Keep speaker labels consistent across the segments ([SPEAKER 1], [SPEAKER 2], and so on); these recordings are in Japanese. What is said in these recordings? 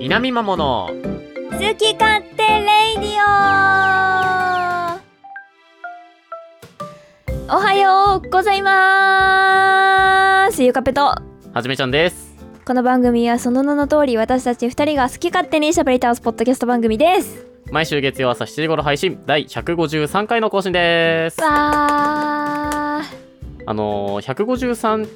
[SPEAKER 1] 南まもの
[SPEAKER 2] 好き勝手レイディオおはようございますゆかぺと
[SPEAKER 1] はじめちゃんです
[SPEAKER 2] この番組はその名の通り私たち二人が好き勝手にしゃべり倒すポッドキャスト番組です
[SPEAKER 1] 毎週月曜朝7時頃配信第153回の更新です
[SPEAKER 2] わー
[SPEAKER 1] あのー、153っ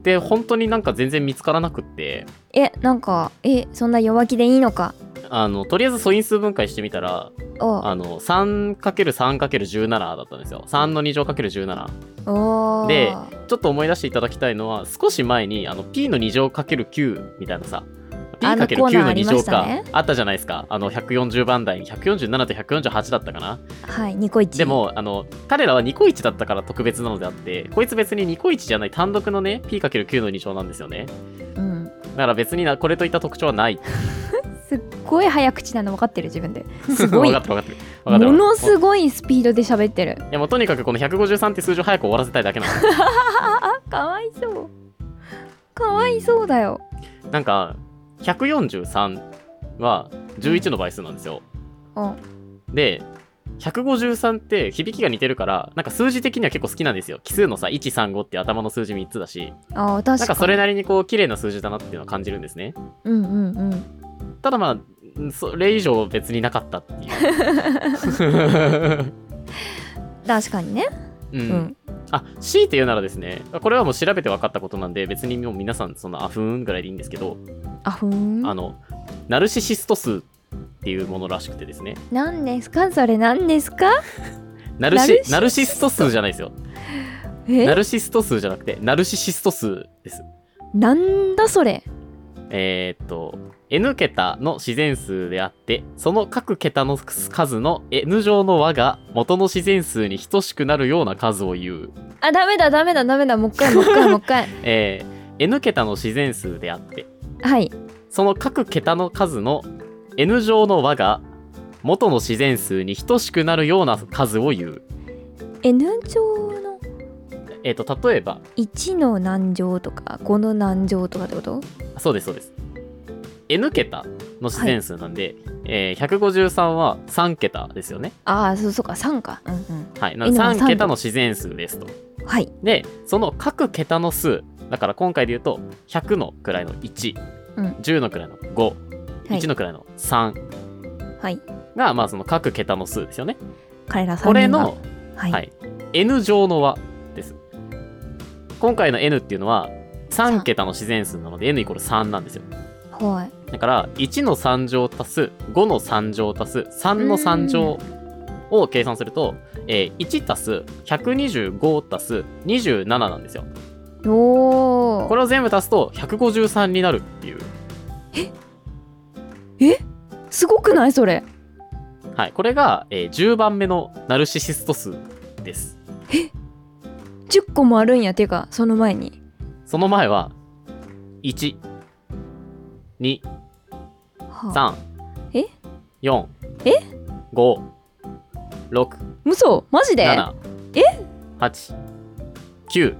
[SPEAKER 1] て本当になんか全然見つからなくって
[SPEAKER 2] えなんかえそんな弱気でいいのか
[SPEAKER 1] あのとりあえず素因数分解してみたら
[SPEAKER 2] お
[SPEAKER 1] あの 3×3×17 だったんですよ3の2乗 ×17
[SPEAKER 2] おー
[SPEAKER 1] でちょっと思い出していただきたいのは少し前にあの P の2乗 ×9 みたいなさ P
[SPEAKER 2] あのコ
[SPEAKER 1] ×9
[SPEAKER 2] ーナー
[SPEAKER 1] の
[SPEAKER 2] あり
[SPEAKER 1] 2
[SPEAKER 2] ま
[SPEAKER 1] 乗
[SPEAKER 2] した
[SPEAKER 1] か
[SPEAKER 2] ね
[SPEAKER 1] あったじゃないですかあの140番台147と148だったかな
[SPEAKER 2] はいニコイチ
[SPEAKER 1] でもあの彼らはニコイチだったから特別なのであってこいつ別にニコイチじゃない単独のね P×9 の2乗なんですよね
[SPEAKER 2] うん
[SPEAKER 1] だから別になこれといった特徴はない
[SPEAKER 2] すっごい早口なの分かってる 自分ですごい
[SPEAKER 1] 分かってる分かってる分かってる
[SPEAKER 2] ものすごいスピードで喋ってる
[SPEAKER 1] いやもうとにかくこの153って数字を早く終わらせたいだけなの
[SPEAKER 2] かわいそうかわいそうだよ
[SPEAKER 1] なんか143は11の倍数なんですよ
[SPEAKER 2] うん
[SPEAKER 1] で153って響きが似てるからなんか数字的には結構好きなんですよ奇数のさ135って頭の数字3つだし
[SPEAKER 2] あー確かに
[SPEAKER 1] なんかそれなりにこう綺麗な数字だなっていうのを感じるんですね
[SPEAKER 2] うんうんうん
[SPEAKER 1] ただまあそれ以上別になかったって いう、
[SPEAKER 2] 確かにね
[SPEAKER 1] うん
[SPEAKER 2] うん
[SPEAKER 1] あ強いて言うならですねこれはもう調べて分かったことなんで別にもう皆さんそのあふーんぐらいでいいんですけど、
[SPEAKER 2] あふーん
[SPEAKER 1] あのナルシシスト数っていうものらしくてですね
[SPEAKER 2] 何ですかそれ何ですか
[SPEAKER 1] ナルシナ
[SPEAKER 2] ナ
[SPEAKER 1] ル
[SPEAKER 2] ルシシスト
[SPEAKER 1] シスト数じゃないですよナ
[SPEAKER 2] え
[SPEAKER 1] ルシスト数じゃなくてナルシシスト数です
[SPEAKER 2] なんだそれ
[SPEAKER 1] えーっと N 桁の自然数であってその各桁の数の N 乗の和が元の自然数に等しくなるような数を言う、
[SPEAKER 2] あダメだダメだダメだもう一回もう一 回もう一回
[SPEAKER 1] えー N 桁の自然数であって
[SPEAKER 2] はい
[SPEAKER 1] その各桁の数の N 乗の和が元の自然数に等しくなるような数を言う、
[SPEAKER 2] N 乗の
[SPEAKER 1] えーっと例えば
[SPEAKER 2] 1の何乗とか5の何乗とかってこと
[SPEAKER 1] そうですそうです N 桁の自然数なんで、えー153は3桁ですよね
[SPEAKER 2] ああそうそうか3かうんうん
[SPEAKER 1] はいなので
[SPEAKER 2] N は
[SPEAKER 1] 3
[SPEAKER 2] 3
[SPEAKER 1] 桁の自然数ですと
[SPEAKER 2] はい
[SPEAKER 1] でその各桁の数だから今回で言うと100の位の1、
[SPEAKER 2] うん
[SPEAKER 1] 10の位の5、
[SPEAKER 2] はい
[SPEAKER 1] 1の位の3
[SPEAKER 2] はい
[SPEAKER 1] がまあその各桁の数ですよね
[SPEAKER 2] 彼ら3人
[SPEAKER 1] これ
[SPEAKER 2] が
[SPEAKER 1] の、
[SPEAKER 2] はい、
[SPEAKER 1] はい、N 乗の和です今回の N っていうのは3桁の自然数なので N イコール3なんですよ
[SPEAKER 2] はい
[SPEAKER 1] だから1の3乗足す5の3乗足す3の3乗を計算すると、えー1足す125足す27なんですよ
[SPEAKER 2] おお
[SPEAKER 1] これを全部足すと153になるっていう
[SPEAKER 2] すごくないそれ
[SPEAKER 1] はいこれが、えー10番目のナルシシスト数です
[SPEAKER 2] 10個もあるんやてかその前に
[SPEAKER 1] その前は1 2
[SPEAKER 2] はあ、
[SPEAKER 1] 3
[SPEAKER 2] え
[SPEAKER 1] 4
[SPEAKER 2] え
[SPEAKER 1] 5 6
[SPEAKER 2] 嘘マジで
[SPEAKER 1] 7
[SPEAKER 2] え
[SPEAKER 1] 8 9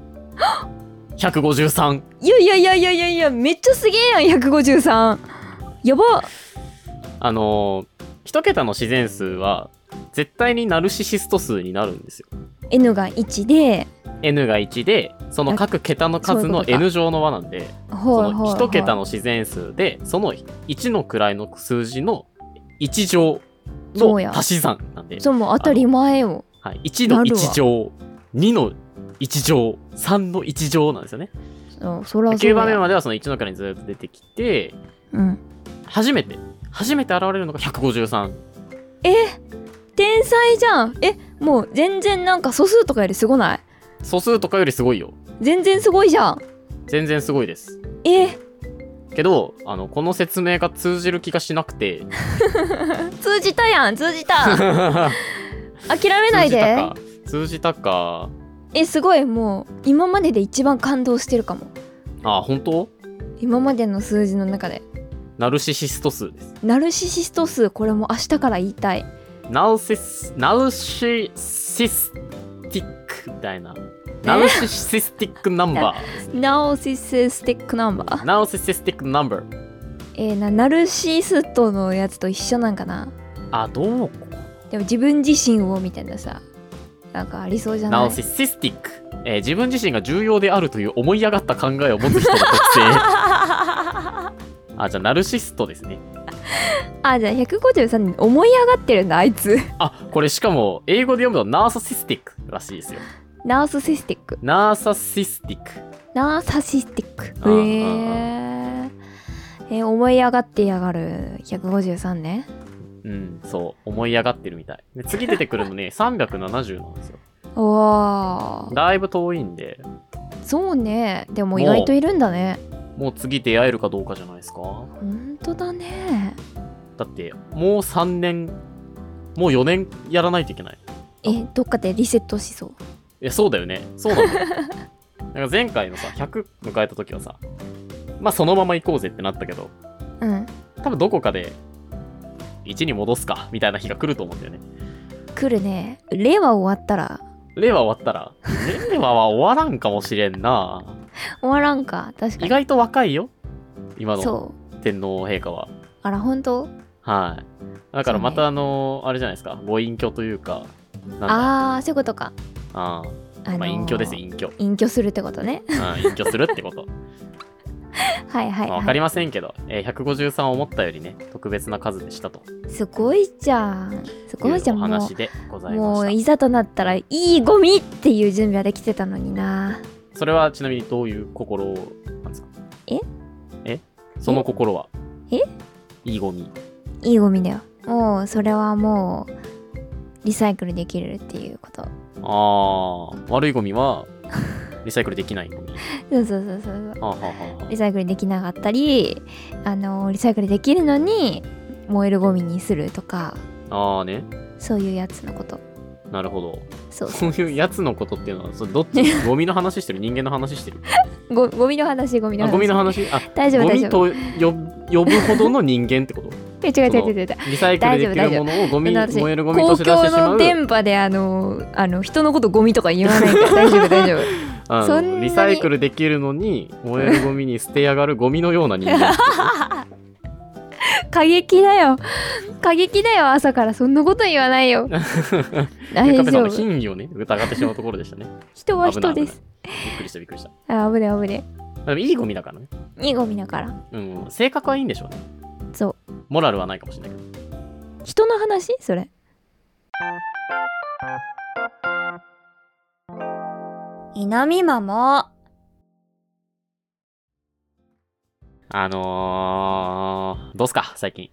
[SPEAKER 1] 153
[SPEAKER 2] いやいやいやいやいやいやめっちゃすげえやん153やば
[SPEAKER 1] あのー、一桁の自然数は絶対にナルシシスト数になるんですよ。
[SPEAKER 2] N が1で
[SPEAKER 1] N が1でその各桁の数の
[SPEAKER 2] そういうことか
[SPEAKER 1] N 乗の和なんでそ
[SPEAKER 2] ほい
[SPEAKER 1] の
[SPEAKER 2] ほい
[SPEAKER 1] 一桁
[SPEAKER 2] の
[SPEAKER 1] の自然数でその1の位の数字の1乗の足し算なんで、
[SPEAKER 2] そうもう当たり前よ
[SPEAKER 1] はい、1の
[SPEAKER 2] なるわ
[SPEAKER 1] 1乗2の1乗3の1乗なんですよね。
[SPEAKER 2] そうそらそう
[SPEAKER 1] 9
[SPEAKER 2] や
[SPEAKER 1] 番目まではその1の位にずっと出てきて
[SPEAKER 2] うん
[SPEAKER 1] 初めて初めて現れるのが153。
[SPEAKER 2] え天才じゃんえもう全然なんか素数とかよりすごない
[SPEAKER 1] 素数とかよりすごいよ。
[SPEAKER 2] 全然すごいじゃん
[SPEAKER 1] 全然すごいです。
[SPEAKER 2] え
[SPEAKER 1] けどあのこの説明が通じる気がしなく て
[SPEAKER 2] 通じたやん通じた
[SPEAKER 1] 諦
[SPEAKER 2] 諦めないで
[SPEAKER 1] 通じたか
[SPEAKER 2] えすごいもう今までで一番感動してるかも
[SPEAKER 1] あ本当
[SPEAKER 2] 今までの数字の中で
[SPEAKER 1] ナルシシスト数です
[SPEAKER 2] ナルシシスト数これも明日から言いたい
[SPEAKER 1] ナルシスナルシシスティックみたいなナウシシスティックナンバーですね。
[SPEAKER 2] ナオシススティックナンバー
[SPEAKER 1] ナウシシスティックナンバー。
[SPEAKER 2] えー、なナルシストのやつと一緒なんかな
[SPEAKER 1] あ、どう
[SPEAKER 2] でも自分自身をみたいなさなんかありそうじゃ
[SPEAKER 1] ナ
[SPEAKER 2] ない
[SPEAKER 1] ウシシスティック。えー自分自身が重要であるという思い上がった考えを持つ人の特 性。あ、じゃあナルシストですね。
[SPEAKER 2] あじゃあ153年思い上がってるんだあいつ
[SPEAKER 1] あ、これしかも英語で読むとナーサシスティックらしいですよ。
[SPEAKER 2] ナースシスティック
[SPEAKER 1] ナーサシスティック。
[SPEAKER 2] ナーサシスティック
[SPEAKER 1] あー
[SPEAKER 2] へええー思い上がってやがる153年
[SPEAKER 1] うん、そう、思い上がってるみたい。で次出てくるのね、370なんですよ。
[SPEAKER 2] おー
[SPEAKER 1] だいぶ遠いんで、
[SPEAKER 2] そうねでも意外といるんだね
[SPEAKER 1] もう次出会えるかどうかじゃないですか。
[SPEAKER 2] ほんとだね
[SPEAKER 1] だって、もう3年、もう4年やらないといけない。
[SPEAKER 2] えどっかでリセットしそう
[SPEAKER 1] いや、そうだよね。そうなん だよ。なんか前回のさ、100迎えた時はさ、まあそのまま行こうぜってなったけど、
[SPEAKER 2] うん
[SPEAKER 1] 多分どこかで、1に戻すか、みたいな日が来ると思うんだよね。
[SPEAKER 2] 来るね令和終わったら
[SPEAKER 1] 令和終わったら、令和は終わらんかもしれんな。
[SPEAKER 2] 終わらんか確か
[SPEAKER 1] 意
[SPEAKER 2] に
[SPEAKER 1] 外と若いよ。今の
[SPEAKER 2] そう
[SPEAKER 1] 天皇陛下は。
[SPEAKER 2] あら本当
[SPEAKER 1] はい。だからま
[SPEAKER 2] そう
[SPEAKER 1] たあのあれじゃないですか、ご隠居というか、なんだ
[SPEAKER 2] ああーそういうことか
[SPEAKER 1] あー
[SPEAKER 2] あの
[SPEAKER 1] まあ、
[SPEAKER 2] ー
[SPEAKER 1] 隠居です、隠居。
[SPEAKER 2] 隠居するってことね
[SPEAKER 1] うん隠居するってこと。
[SPEAKER 2] はいはい、
[SPEAKER 1] まあ
[SPEAKER 2] は
[SPEAKER 1] わ
[SPEAKER 2] い、
[SPEAKER 1] かりませんけど、えー153を思ったよりね、特別な数でしたとい
[SPEAKER 2] すごいじゃんすごいじゃ
[SPEAKER 1] うんお
[SPEAKER 2] もう
[SPEAKER 1] 話でござい
[SPEAKER 2] も
[SPEAKER 1] ま
[SPEAKER 2] う
[SPEAKER 1] し
[SPEAKER 2] いざとなったらいいゴミっていう準備はできてたのにな
[SPEAKER 1] た。それはちなみにどういう心なんですか
[SPEAKER 2] え
[SPEAKER 1] えその心は
[SPEAKER 2] え
[SPEAKER 1] いいゴミ。
[SPEAKER 2] いいゴミだよもうそれはもうリサイクルできるっていうこと
[SPEAKER 1] ああ、悪いゴミはリサイクルできないゴミ。
[SPEAKER 2] そうそうそうそうそ
[SPEAKER 1] はあはあはあ
[SPEAKER 2] うリサイクルできなかったりあのリサイクルできるのに燃えるゴミにするとか
[SPEAKER 1] はあ、あーね、
[SPEAKER 2] そういうやつのこと
[SPEAKER 1] なるほど。
[SPEAKER 2] そう
[SPEAKER 1] そういうやつのことっていうのは、それどっちゴミの話してる人間の話してる
[SPEAKER 2] ごゴミの話ゴミの
[SPEAKER 1] あ
[SPEAKER 2] 話
[SPEAKER 1] ゴミの話あ
[SPEAKER 2] 大丈夫
[SPEAKER 1] ゴ
[SPEAKER 2] 大
[SPEAKER 1] ミ
[SPEAKER 2] 丈夫
[SPEAKER 1] とよ呼ぶほどの人間ってこと
[SPEAKER 2] え違う違う違う違う
[SPEAKER 1] リサイクルできるものをゴミ
[SPEAKER 2] あの私
[SPEAKER 1] 燃えるゴミと
[SPEAKER 2] 公
[SPEAKER 1] して出して
[SPEAKER 2] 共
[SPEAKER 1] しま
[SPEAKER 2] の
[SPEAKER 1] う
[SPEAKER 2] 電波であのあの人のことゴミとか言わないから大丈夫 大丈夫
[SPEAKER 1] あの
[SPEAKER 2] そんなに
[SPEAKER 1] リサイクルできるのに燃えるゴミに捨てやがるゴミのような人 間
[SPEAKER 2] 過激だよ過激だよ朝からそんなこと言わな いよ大
[SPEAKER 1] カペさ
[SPEAKER 2] 丈
[SPEAKER 1] んの
[SPEAKER 2] 夫
[SPEAKER 1] 品位をね疑ってしまうところでしたね
[SPEAKER 2] 人は
[SPEAKER 1] 危な
[SPEAKER 2] 人
[SPEAKER 1] い危
[SPEAKER 2] で
[SPEAKER 1] ない
[SPEAKER 2] す
[SPEAKER 1] びっくりしたびっくりした
[SPEAKER 2] あ危ね危ね
[SPEAKER 1] でもいいゴミだからね、
[SPEAKER 2] いいゴミだから
[SPEAKER 1] うん、性格はいいんでしょうね
[SPEAKER 2] そう
[SPEAKER 1] モラルはないかもしれないけど
[SPEAKER 2] 人の話それ南ママ
[SPEAKER 1] あのー、どうっすか最近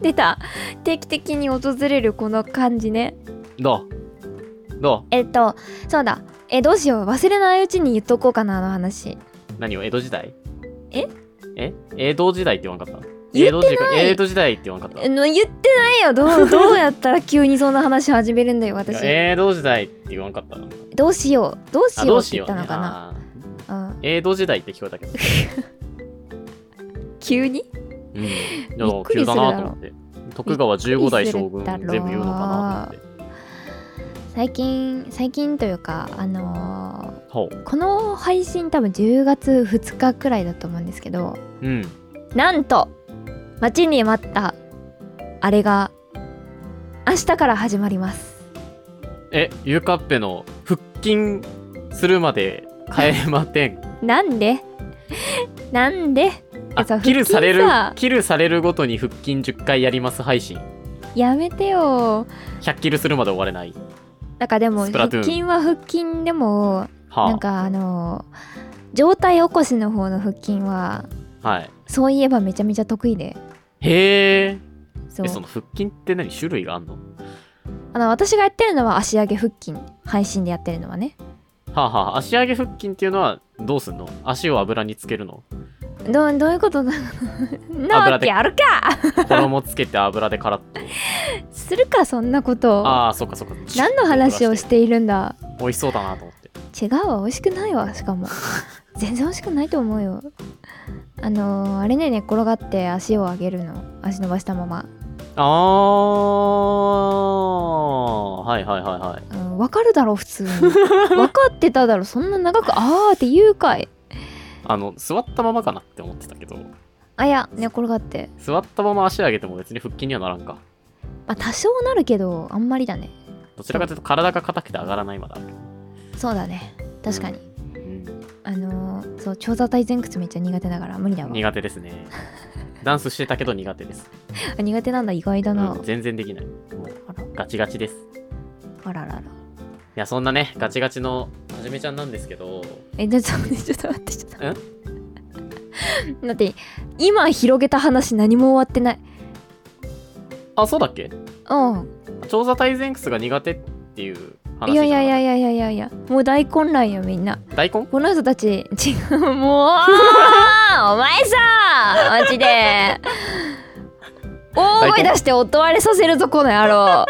[SPEAKER 2] 出た定期的に訪れるこの感じね
[SPEAKER 1] どうど
[SPEAKER 2] えっとそうだえどうしよう忘れないうちに言っとこうかなあの話
[SPEAKER 1] う何を江戸時代
[SPEAKER 2] え
[SPEAKER 1] え江戸時代って言わんかった
[SPEAKER 2] 言
[SPEAKER 1] 江
[SPEAKER 2] っ
[SPEAKER 1] 戸
[SPEAKER 2] て
[SPEAKER 1] 時
[SPEAKER 2] な
[SPEAKER 1] 代
[SPEAKER 2] い
[SPEAKER 1] 江戸時代って言わんかった
[SPEAKER 2] えの言ってないよ どうどうやったら急にそんな話始めるんだよ私
[SPEAKER 1] いや江戸時代って言わんかったの
[SPEAKER 2] どうしようどうし
[SPEAKER 1] あ
[SPEAKER 2] よ
[SPEAKER 1] ど
[SPEAKER 2] う
[SPEAKER 1] う
[SPEAKER 2] って
[SPEAKER 1] し
[SPEAKER 2] 言
[SPEAKER 1] よ
[SPEAKER 2] っ
[SPEAKER 1] う
[SPEAKER 2] た
[SPEAKER 1] ね
[SPEAKER 2] のかな、
[SPEAKER 1] あー
[SPEAKER 2] うん、
[SPEAKER 1] 江戸時代って聞こえたけど、
[SPEAKER 2] 急に
[SPEAKER 1] うん、いや
[SPEAKER 2] びっくり
[SPEAKER 1] 急
[SPEAKER 2] する
[SPEAKER 1] だな
[SPEAKER 2] だろ
[SPEAKER 1] と思って徳川15代将軍
[SPEAKER 2] びっくりするだろ
[SPEAKER 1] 全部言うのかなと思って
[SPEAKER 2] 最近最近というかあの
[SPEAKER 1] ほ
[SPEAKER 2] ーこの配信多分10月2日くらいだと思うんですけど
[SPEAKER 1] ううん
[SPEAKER 2] なんと待ちに待ったあれが明日から始まります
[SPEAKER 1] えゆかっぺの腹筋するまで帰れません
[SPEAKER 2] なんで なんで
[SPEAKER 1] あ
[SPEAKER 2] えそう
[SPEAKER 1] キルされる
[SPEAKER 2] 腹筋さ
[SPEAKER 1] キルされるごとに腹筋10回やります配信
[SPEAKER 2] やめてよ
[SPEAKER 1] 100キルするまで終われない
[SPEAKER 2] なんかでも
[SPEAKER 1] スプラトゥ
[SPEAKER 2] 腹
[SPEAKER 1] ーン
[SPEAKER 2] 筋は腹筋でもな
[SPEAKER 1] は
[SPEAKER 2] んかあのー上体起こしの方の腹筋は
[SPEAKER 1] あはい
[SPEAKER 2] そういえばめちゃめちゃ得意で
[SPEAKER 1] へー
[SPEAKER 2] そう
[SPEAKER 1] えその腹筋って何種類があんのは
[SPEAKER 2] あの私がやってるのは足上げ腹筋配信でやってるのはね
[SPEAKER 1] あ、はあ、足上げ腹筋っていうのはどうすんの足を油につけるの
[SPEAKER 2] どどういうことなのなわけあるか
[SPEAKER 1] 衣つけて油でからっ と
[SPEAKER 2] するかそんなこと
[SPEAKER 1] ああ、そっかそっか。
[SPEAKER 2] 何の話をしているんだ
[SPEAKER 1] 美味しそうだなと思って。
[SPEAKER 2] 違うわ美味しくないわしかも 全然美味しくないと思うよあのーあれね寝っ転がって足を上げるの足伸ばしたまま、
[SPEAKER 1] ああ、はいはいはいはい。
[SPEAKER 2] うん、わかるだろ 普通に分かってただろそんな長く「あー」って言うかい
[SPEAKER 1] あの座ったままかなって思ってたけど
[SPEAKER 2] あいや寝転がって
[SPEAKER 1] 座ったまま足上げても別に腹筋にはならんか
[SPEAKER 2] まあ多少なるけどあんまりだね
[SPEAKER 1] どちらかというと体が硬くて上がらないまだ
[SPEAKER 2] そうだね確かに、
[SPEAKER 1] うん
[SPEAKER 2] あのーそう長座体前屈めっちゃ苦手だから無理だわ
[SPEAKER 1] 苦手ですね ダンスしてたけど苦手です、
[SPEAKER 2] あ苦手なんだ意外だな、
[SPEAKER 1] うん全然できないもう
[SPEAKER 2] あら
[SPEAKER 1] ガチガチですい
[SPEAKER 2] あららら
[SPEAKER 1] やそんなねガチガチのはじめちゃんなんですけど
[SPEAKER 2] えじゃあちょっと待ってちょっと待ってちょっと待ってだって今広げた話何も終わってない
[SPEAKER 1] あそうだっけ
[SPEAKER 2] うん
[SPEAKER 1] 調査体前屈が苦手っていう話
[SPEAKER 2] い
[SPEAKER 1] じゃ
[SPEAKER 2] や
[SPEAKER 1] ない
[SPEAKER 2] いやいやいやいやいやいやもう大混乱よみんな
[SPEAKER 1] 大根
[SPEAKER 2] この人たち違う もうお前さマジで大声出して音割れさせるぞこの野郎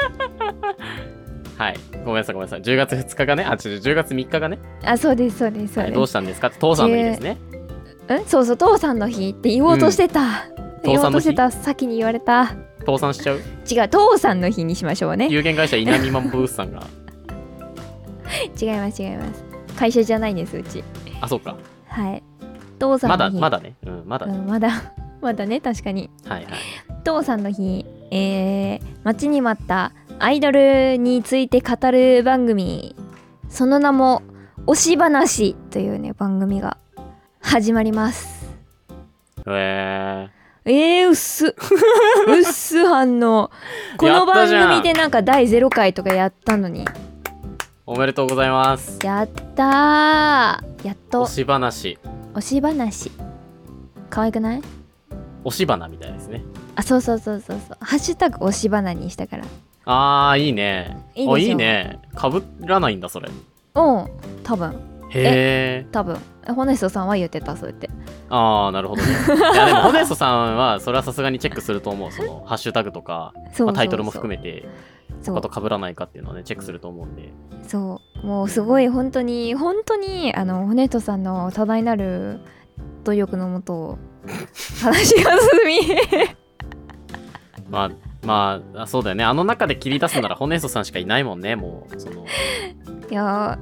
[SPEAKER 1] はいごめんなさいごめんなさい10月2日がねあ違う10月3日がね
[SPEAKER 2] あそうですそうですそう
[SPEAKER 1] はい
[SPEAKER 2] です、
[SPEAKER 1] どうしたんですかって父さんの日ですね
[SPEAKER 2] んそうそう父さんの日って言おうとしてた、言おうとしてた先に言われた
[SPEAKER 1] 倒産しちゃう
[SPEAKER 2] 違う父さんの日にしましょうね
[SPEAKER 1] 有限会社稲見マンブースさんが
[SPEAKER 2] 違います違います会社じゃないんですうち
[SPEAKER 1] あそうか
[SPEAKER 2] はい父さん
[SPEAKER 1] まだ
[SPEAKER 2] の日
[SPEAKER 1] まだねうんまだ
[SPEAKER 2] う
[SPEAKER 1] ね
[SPEAKER 2] ん、まだ まだね確かに
[SPEAKER 1] はいはい
[SPEAKER 2] 父さんの日えー、待ちに待ったアイドルについて語る番組その名も「推し話」というね番組が始まります
[SPEAKER 1] え
[SPEAKER 2] えー、う っすうっす反応こ
[SPEAKER 1] や
[SPEAKER 2] の
[SPEAKER 1] った
[SPEAKER 2] 番
[SPEAKER 1] じゃん
[SPEAKER 2] 組でなんか第0回とかやったのに
[SPEAKER 1] ー、おめでとうございます
[SPEAKER 2] やったーやっと
[SPEAKER 1] 押し話
[SPEAKER 2] 推し話可愛くない
[SPEAKER 1] 押し花みたいですね
[SPEAKER 2] あそうそうそうそうそうハッシュタグ推し花にしたから
[SPEAKER 1] あーいいね
[SPEAKER 2] いいでしょ
[SPEAKER 1] あいいねかぶらないんだそれ
[SPEAKER 2] うん多分
[SPEAKER 1] へえ
[SPEAKER 2] 多分えホネストさんは言ってたそうやって
[SPEAKER 1] ああなる ほどねいやでもホネストさんはそれはさすがにチェックすると思うそのハッシュタグとか
[SPEAKER 2] そうそうそう、
[SPEAKER 1] まあタイトルも含めて
[SPEAKER 2] そ
[SPEAKER 1] あと
[SPEAKER 2] う
[SPEAKER 1] かぶらないかっていうのはねチェックすると思うんで
[SPEAKER 2] そうもうすごい本当に本当にあのホネストさんの多大なる努力のもと話が 進
[SPEAKER 1] まあまああそうだよねあの中で切り出すならホネストさんしかいないもんねもうその
[SPEAKER 2] みいや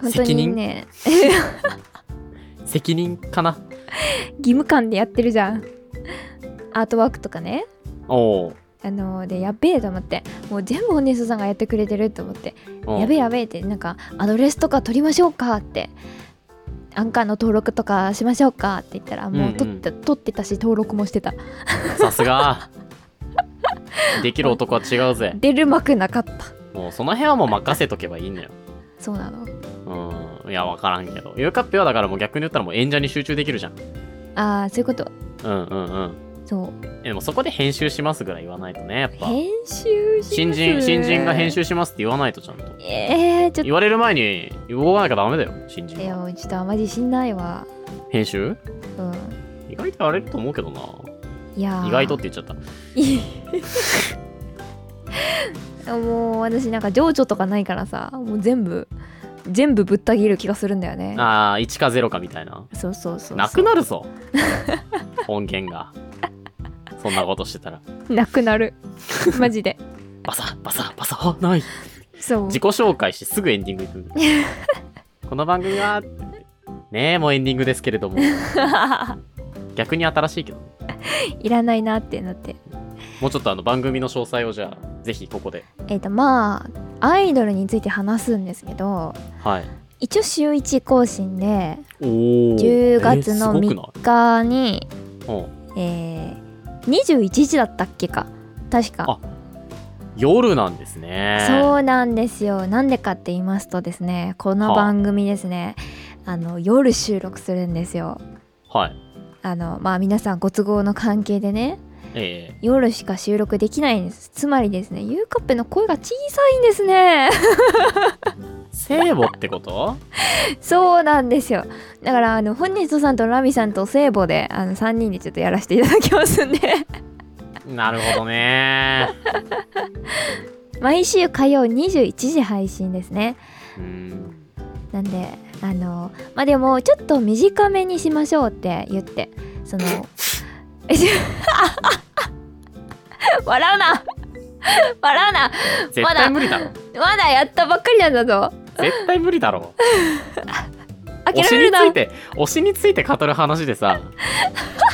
[SPEAKER 2] ー本当にね
[SPEAKER 1] 責任かな
[SPEAKER 2] 義務感でやってるじゃんアートワークとかね
[SPEAKER 1] おう
[SPEAKER 2] あのでやっべえと思ってもう全部ホネストさんがやってくれてると思って
[SPEAKER 1] おう
[SPEAKER 2] やべえやべえってなんかアドレスとか取りましょうかってアンカーの登録とかしましょうかって言ったらもう取って,、取ってたし登録もしてた
[SPEAKER 1] さす ができる男は違うぜ
[SPEAKER 2] 出る幕なかった
[SPEAKER 1] もうその辺はもう任せとけばいいんだよ
[SPEAKER 2] そうなの
[SPEAKER 1] うんいや分からんけどゆうかっぺはだからもう逆に言ったらもう演者に集中できるじゃん
[SPEAKER 2] ああそういうこと
[SPEAKER 1] うんうんうん
[SPEAKER 2] そう
[SPEAKER 1] えでもそこで編集しますぐらい言わないとねやっぱ
[SPEAKER 2] 編集します
[SPEAKER 1] 新人新人が編集しますって言わないとちゃんと
[SPEAKER 2] えー、ちょっ
[SPEAKER 1] 言われる前に動かなきゃダメだよ新
[SPEAKER 2] と
[SPEAKER 1] 人は
[SPEAKER 2] よちょっとあまりしんないわ
[SPEAKER 1] 編集
[SPEAKER 2] うん
[SPEAKER 1] 意外とやれると思うけどない
[SPEAKER 2] やー
[SPEAKER 1] 意外とって言っちゃった
[SPEAKER 2] もう私なんか情緒とかないからさもう全部全部ぶった切る気がするんだよね
[SPEAKER 1] ああ1か0かみたいな
[SPEAKER 2] そうそうそうそう
[SPEAKER 1] なくなるぞ音源がそんなことしてたら
[SPEAKER 2] なくな るマジで
[SPEAKER 1] バサバサバサあない
[SPEAKER 2] そう
[SPEAKER 1] 自己紹介してすぐエンディングいくんだこの番組はねえもうエンディングですけれども逆に新しいけどね
[SPEAKER 2] いらないなってなって
[SPEAKER 1] もうちょっとあの番組の詳細をじゃあぜひここで
[SPEAKER 2] えっ、とまあアイドルについて話すんですけど
[SPEAKER 1] はい
[SPEAKER 2] 一応週1更新で
[SPEAKER 1] おお
[SPEAKER 2] 10月の
[SPEAKER 1] すごくない
[SPEAKER 2] 3日に、
[SPEAKER 1] うん
[SPEAKER 2] えー21時だったっけか確か
[SPEAKER 1] 夜なんですね
[SPEAKER 2] そうなんですよなんでかって言いますとですねこの
[SPEAKER 1] はあ
[SPEAKER 2] 番組ですねあの夜収録するんですよ
[SPEAKER 1] はい
[SPEAKER 2] あのまあ皆さんご都合の関係でね
[SPEAKER 1] え
[SPEAKER 2] 夜しか収録できないんですつまりですねゆうかっぺの声が小さいんですね
[SPEAKER 1] え聖母ってこと
[SPEAKER 2] そうなんですよだからあの本日さんとラミさんと聖母であの3人でちょっとやらせていただきますんで
[SPEAKER 1] なるほどね
[SPEAKER 2] 毎週火曜21時配信ですね
[SPEAKER 1] うん
[SPEAKER 2] なんであのまあでもちょっと短めにしましょうって言ってそのえちょ 笑うな笑うな
[SPEAKER 1] 絶対無理だろ。
[SPEAKER 2] まだやったばっかりなんだぞ
[SPEAKER 1] 絶対無理だろ。
[SPEAKER 2] 諦
[SPEAKER 1] 推し
[SPEAKER 2] める
[SPEAKER 1] につ
[SPEAKER 2] ない
[SPEAKER 1] て、推しについて語る話で さ、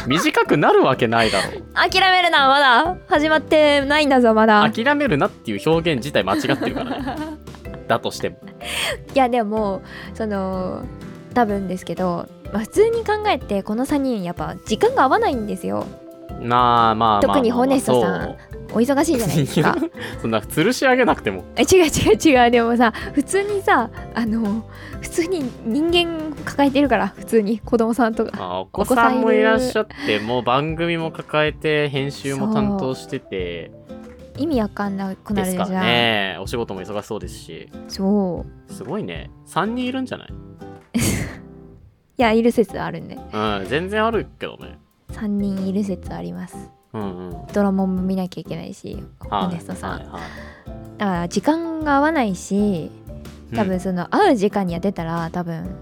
[SPEAKER 1] 短くなるわけないだろ。
[SPEAKER 2] 諦めるなまだ始まってないんだぞまだ
[SPEAKER 1] 諦めるなっていう表現自体間違ってるからね。だとしても。
[SPEAKER 2] いやでもその多分ですけど、まあ、普通に考えてこの3人やっぱ時間が合わないんですよ
[SPEAKER 1] まあまあまあまあまあ
[SPEAKER 2] 特にホネストさん
[SPEAKER 1] そう
[SPEAKER 2] お忙しいじゃないですか
[SPEAKER 1] そんな吊るし上げなくても
[SPEAKER 2] え違う違う違うでもさ普通にさあの普通に人間抱えてるから普通に子供さんとか
[SPEAKER 1] まあお子さんもいらっしゃってもう番組も抱えて編集も担当してて
[SPEAKER 2] 意味わかんなくな
[SPEAKER 1] です
[SPEAKER 2] るじ
[SPEAKER 1] か
[SPEAKER 2] ゃん、
[SPEAKER 1] らねお仕事も忙しそうですし
[SPEAKER 2] そう
[SPEAKER 1] すごいね3人いるんじゃない
[SPEAKER 2] いやいる説あるんで
[SPEAKER 1] うん全然あるけどね
[SPEAKER 2] 3人いる説あります
[SPEAKER 1] うんうん
[SPEAKER 2] ドラマも見なきゃいけないしホ
[SPEAKER 1] はい
[SPEAKER 2] ネストさ
[SPEAKER 1] は
[SPEAKER 2] ん、
[SPEAKER 1] いはい
[SPEAKER 2] だから時間が合わないし
[SPEAKER 1] うん
[SPEAKER 2] 多分その会う時間には出たら多分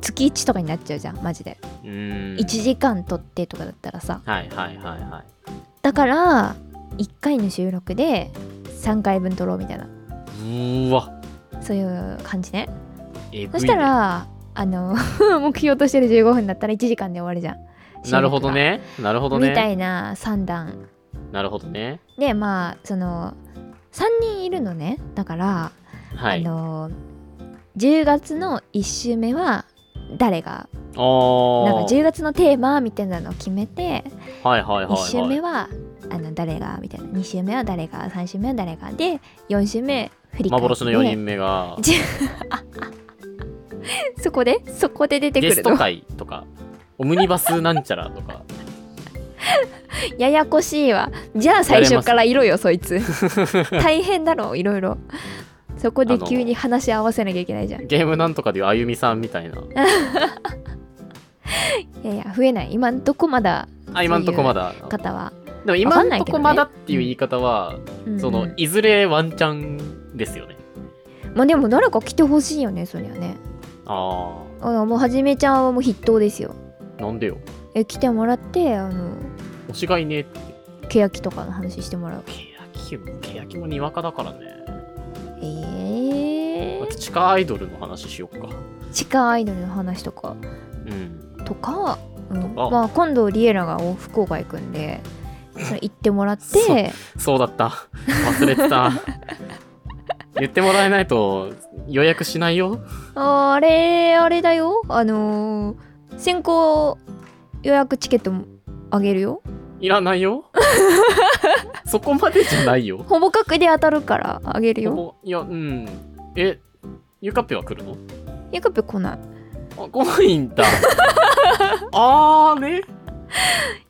[SPEAKER 2] 月1とかになっちゃうじゃんマジで、
[SPEAKER 1] うん
[SPEAKER 2] 1時間取ってとかだったらさ
[SPEAKER 1] はいはいはいはい
[SPEAKER 2] だから1回の収録で3回分取ろうみたいな
[SPEAKER 1] うーわ
[SPEAKER 2] そういう感じね
[SPEAKER 1] えぐいね
[SPEAKER 2] そしたらあの 目標としてる15分だったら1時間で終わるじゃん収録が
[SPEAKER 1] なるほどねなるほど
[SPEAKER 2] みた
[SPEAKER 1] ね
[SPEAKER 2] いな3段
[SPEAKER 1] なるほどね
[SPEAKER 2] でまあその3人いるのねだから
[SPEAKER 1] は
[SPEAKER 2] あ
[SPEAKER 1] い
[SPEAKER 2] の10月の1週目は誰が
[SPEAKER 1] お
[SPEAKER 2] なんか
[SPEAKER 1] ー
[SPEAKER 2] 10月のテーマみたいなのを決めて
[SPEAKER 1] はいはいはい
[SPEAKER 2] 1週
[SPEAKER 1] は
[SPEAKER 2] 目
[SPEAKER 1] い
[SPEAKER 2] はあの誰がみたいな2週目は誰が3週目は誰がで4週目振り返って
[SPEAKER 1] 幻の4人目が
[SPEAKER 2] じ そこでそこで出て
[SPEAKER 1] ゲ
[SPEAKER 2] く
[SPEAKER 1] ス
[SPEAKER 2] る
[SPEAKER 1] ト
[SPEAKER 2] の
[SPEAKER 1] 会とかオムニバスなんちゃらと か
[SPEAKER 2] ややこしいわじゃあ最初からいろよそい つ大変だろいろいろそこで急に話し合わせなきゃいけないじゃんい
[SPEAKER 1] ゲームなんとかでいうあゆみさんみたいな
[SPEAKER 2] やいや増えない今んとこまだ
[SPEAKER 1] あ今んとこまだ
[SPEAKER 2] 方は、
[SPEAKER 1] でも
[SPEAKER 2] わ
[SPEAKER 1] 今
[SPEAKER 2] かんない
[SPEAKER 1] んと
[SPEAKER 2] け
[SPEAKER 1] こ
[SPEAKER 2] どね
[SPEAKER 1] まだっていう言い方は、
[SPEAKER 2] うんうん
[SPEAKER 1] そのいずれワンチャンですよね
[SPEAKER 2] まあでも誰か来てほしいよねそりゃね
[SPEAKER 1] あ
[SPEAKER 2] あのもうはじめちゃんはもう筆頭ですよ
[SPEAKER 1] ーなんでよ
[SPEAKER 2] え来てもらってあの
[SPEAKER 1] 推しがいねえって
[SPEAKER 2] 欅とかの話してもらう
[SPEAKER 1] ケヤキもケヤキもにわかだからね
[SPEAKER 2] ええー、
[SPEAKER 1] 地下アイドルの話しよっか
[SPEAKER 2] 地下アイドルの話とか
[SPEAKER 1] うん
[SPEAKER 2] とか,、うん
[SPEAKER 1] とか
[SPEAKER 2] まあ、今度リエラが福岡行く んでそれ行ってもらっ
[SPEAKER 1] そう
[SPEAKER 2] て
[SPEAKER 1] そうだった忘れて た言ってもらえないと予約しないよ
[SPEAKER 2] ああれあれだよあのー先行予約チケットもあげるよ
[SPEAKER 1] いらない よそこまでじゃないよ
[SPEAKER 2] ほぼ角で当たるからあげる
[SPEAKER 1] ほ
[SPEAKER 2] よ
[SPEAKER 1] ぼいやうんえゆかぺは来るの
[SPEAKER 2] ゆかぺ来ない
[SPEAKER 1] あ来ないん だあーね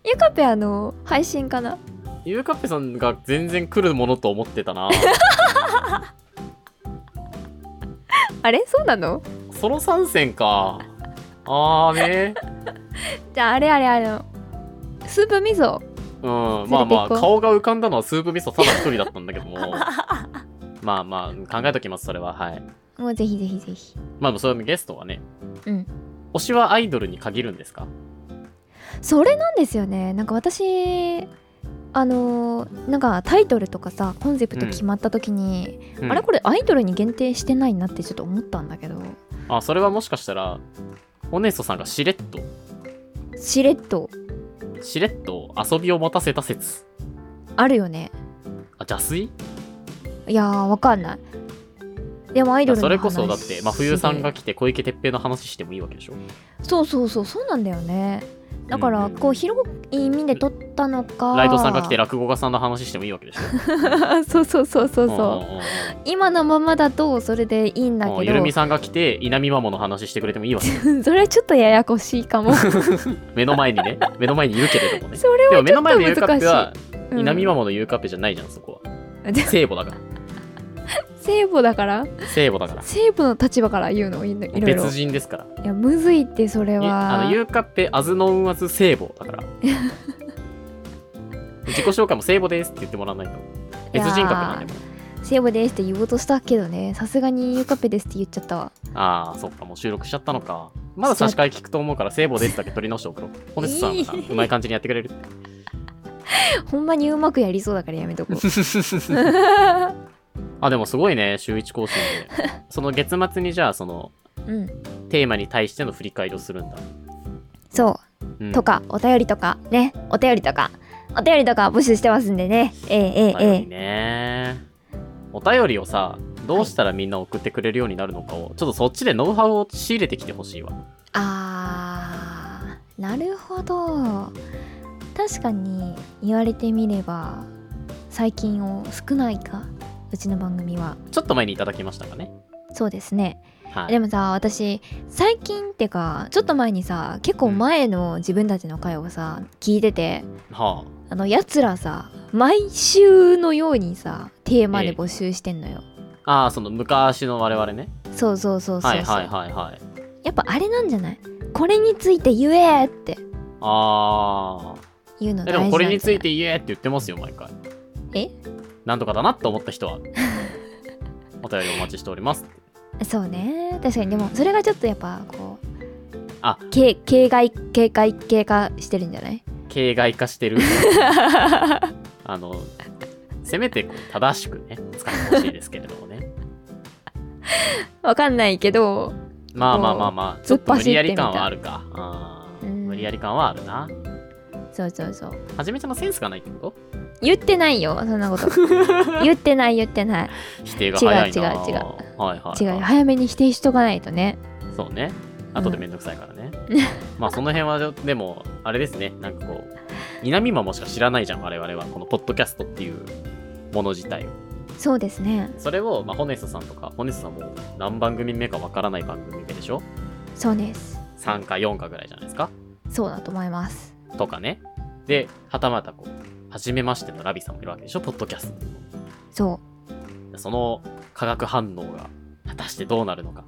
[SPEAKER 2] ゆかぺあの配信かな
[SPEAKER 1] ゆうかっぺさんが全然来るものと思って たな
[SPEAKER 2] あれそうなの
[SPEAKER 1] ソロ参戦かあーね
[SPEAKER 2] じゃああれあれあのスープ味噌
[SPEAKER 1] うん
[SPEAKER 2] 連れて行こう
[SPEAKER 1] まあまあ顔が浮かんだのはスープ味噌ただ一人だったんだけ どもまあまあ考えときますそれははい
[SPEAKER 2] もうぜひぜひぜひ
[SPEAKER 1] まあでもそれのゲストはね
[SPEAKER 2] うん
[SPEAKER 1] 推しはアイドルに限るんですか
[SPEAKER 2] それなんですよねなんか私あのーなんかタイトルとかさコンセプト決まった時に、
[SPEAKER 1] うん
[SPEAKER 2] あれこれアイドルに限定してないなってちょっと思ったんだけど
[SPEAKER 1] あそれはもしかしたらオネストさんがしれっと
[SPEAKER 2] しれっと
[SPEAKER 1] しれっと遊びを持たせた説
[SPEAKER 2] あるよね
[SPEAKER 1] あ邪推
[SPEAKER 2] いやーわかんないでもアイドルの
[SPEAKER 1] そ
[SPEAKER 2] 話
[SPEAKER 1] れこそだって真冬さんが来て小池徹平の話してもいいわけでしょ
[SPEAKER 2] そうそうそうそうなんだよねだか
[SPEAKER 1] う
[SPEAKER 2] ら
[SPEAKER 1] ん
[SPEAKER 2] こう広い意味で撮ったのか
[SPEAKER 1] ライドさんが来て落語家さんの話してもいいわけでしょ
[SPEAKER 2] そうそうそう そうそう
[SPEAKER 1] うんうんうん
[SPEAKER 2] 今のままだとそれでいいんだ
[SPEAKER 1] もう
[SPEAKER 2] け
[SPEAKER 1] ゆるみ
[SPEAKER 2] ど
[SPEAKER 1] さんが来て稲見マモの話してくれてもいいわけ
[SPEAKER 2] それはちょっとややこしいかも
[SPEAKER 1] 目の前にね目の前にいるけれどもね
[SPEAKER 2] それ
[SPEAKER 1] でも目
[SPEAKER 2] はちょ
[SPEAKER 1] の
[SPEAKER 2] っ
[SPEAKER 1] 前
[SPEAKER 2] と
[SPEAKER 1] のゆうかっ
[SPEAKER 2] 難し
[SPEAKER 1] ぺ
[SPEAKER 2] い
[SPEAKER 1] は、
[SPEAKER 2] うん
[SPEAKER 1] 稲見マモのゆうかっぺじゃないじゃんそこは
[SPEAKER 2] で
[SPEAKER 1] 聖母だか
[SPEAKER 2] 聖母だから
[SPEAKER 1] ら聖母だから
[SPEAKER 2] 聖母の立場から言うのいろいろい
[SPEAKER 1] 別人ですから
[SPEAKER 2] やむずいってそれ
[SPEAKER 1] いあ
[SPEAKER 2] は
[SPEAKER 1] のゆうかっぺあずのうんあず聖母だから 自己紹介も聖母ですって言ってもらわないと別人格になる
[SPEAKER 2] 聖母ですって言おうとしたけどねさすがにゆかぺですって言っちゃったわ
[SPEAKER 1] ああそっかもう収録しちゃったのかまだ差し替え聞くと思うから聖母ですだけ取り直しておくろホネストさんが
[SPEAKER 2] いいう
[SPEAKER 1] まい感じにやってくれる
[SPEAKER 2] ほんまにうまくやりそうだからやめとこう
[SPEAKER 1] あでもすごいね週1更新でその月末にじゃあその
[SPEAKER 2] うん
[SPEAKER 1] テーマに対しての振り返りをするんだ、
[SPEAKER 2] そう
[SPEAKER 1] うん
[SPEAKER 2] とかお便りとかねお便りとかお便りとか募集してますんでねえ
[SPEAKER 1] お
[SPEAKER 2] えええ
[SPEAKER 1] 便り
[SPEAKER 2] え
[SPEAKER 1] ねお便りをさどうしたらみんな送ってくれるようになるのかをちょっとそっちでノウハウを仕入れてきてほしいわ
[SPEAKER 2] えあーなるほど確かに言われてみれば最近を少ないかうちの番組は
[SPEAKER 1] ちょっと前にいただきましたかね
[SPEAKER 2] そうですね
[SPEAKER 1] はい
[SPEAKER 2] でもさ私最近ってかちょっと前にさ結構前の自分たちの回をさ聞いてて
[SPEAKER 1] は
[SPEAKER 2] あのやつらさ毎週のようにさテーマで募集してんのよ、
[SPEAKER 1] あああその昔の我々ね
[SPEAKER 2] そうそうそうそうそう、
[SPEAKER 1] はいはいはいはい
[SPEAKER 2] やっぱあれなんじゃないこれについて言えって
[SPEAKER 1] あ
[SPEAKER 2] 言うの
[SPEAKER 1] あ
[SPEAKER 2] 大事
[SPEAKER 1] でもこれについ
[SPEAKER 2] なんじ
[SPEAKER 1] て言えって言ってますよ毎回
[SPEAKER 2] え
[SPEAKER 1] なんとかだなって思った 人はお便りお待ちしております
[SPEAKER 2] ゃないそうね確かにでもそれがちょっとやっぱこう
[SPEAKER 1] あ
[SPEAKER 2] け警戒警戒警戒してるんじゃない
[SPEAKER 1] 形骸化 してるあのせめてこう正しくね使ってほしいですけれどもね
[SPEAKER 2] わかんないけど
[SPEAKER 1] まあまあまあまあち
[SPEAKER 2] 突
[SPEAKER 1] ょ
[SPEAKER 2] っ
[SPEAKER 1] っと無
[SPEAKER 2] 走
[SPEAKER 1] 理
[SPEAKER 2] ってみた
[SPEAKER 1] やり感はあるかあー
[SPEAKER 2] うん
[SPEAKER 1] 無理やり感はあるな
[SPEAKER 2] そうそうそう
[SPEAKER 1] はじめちゃんのセンスがないってこ
[SPEAKER 2] 言ってないよそんなこと 言ってない言ってない
[SPEAKER 1] と否定が早いな
[SPEAKER 2] 違う違う違う
[SPEAKER 1] はいはい、
[SPEAKER 2] 違うよ早めに否定しとかないとね
[SPEAKER 1] そうね後でめんどくさいからね、
[SPEAKER 2] うん
[SPEAKER 1] まあその辺はでもあれですねなんかこう南間もしか知らないじゃん我々はこのポッドキャストっていうもの自体を
[SPEAKER 2] そうですね
[SPEAKER 1] それを、まあ、ホネストさんとかホネストさんも何番組目かわからない番組目でしょ
[SPEAKER 2] そうです
[SPEAKER 1] 3か4かぐらいじゃないですか
[SPEAKER 2] そうだと思います
[SPEAKER 1] とかね。で、はたまたこう、初めましてのラビさんもいるわけでしょ、ポッドキャストにも。
[SPEAKER 2] そ
[SPEAKER 1] その化学反応が果たしてどうなるのか。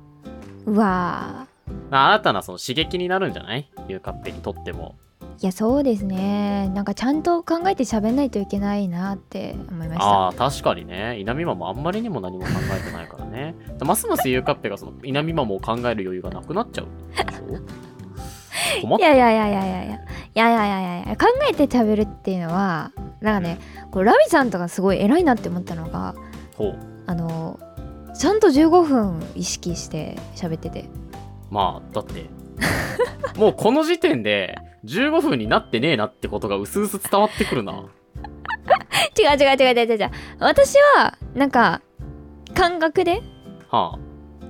[SPEAKER 2] ううわ
[SPEAKER 1] まあ新たなその刺激になるんじゃないゆうかっぺにとっても。
[SPEAKER 2] ーいやそうですねなんかちゃんと考えて喋んないといけないなって思いました
[SPEAKER 1] ああ、確かにね。稲見マもあんまりにも何も考えてないからね。 ますますゆうかっぺがその稲見マもを考える余裕がなくなっちゃ うってことでしょ。困っ
[SPEAKER 2] いやいやいやいやいやいやいやいやいやいや考えて喋るっていうのはなんかねこうラビさんとかすごい偉いなって思ったのが
[SPEAKER 1] ほう。
[SPEAKER 2] あのちゃんと15分意識して喋ってて
[SPEAKER 1] まあ、だって。 もうこの時点で15分になってねえなってことが薄々伝わってくるな。
[SPEAKER 2] 違う違う違う違う違う違う私はなんか感覚で
[SPEAKER 1] は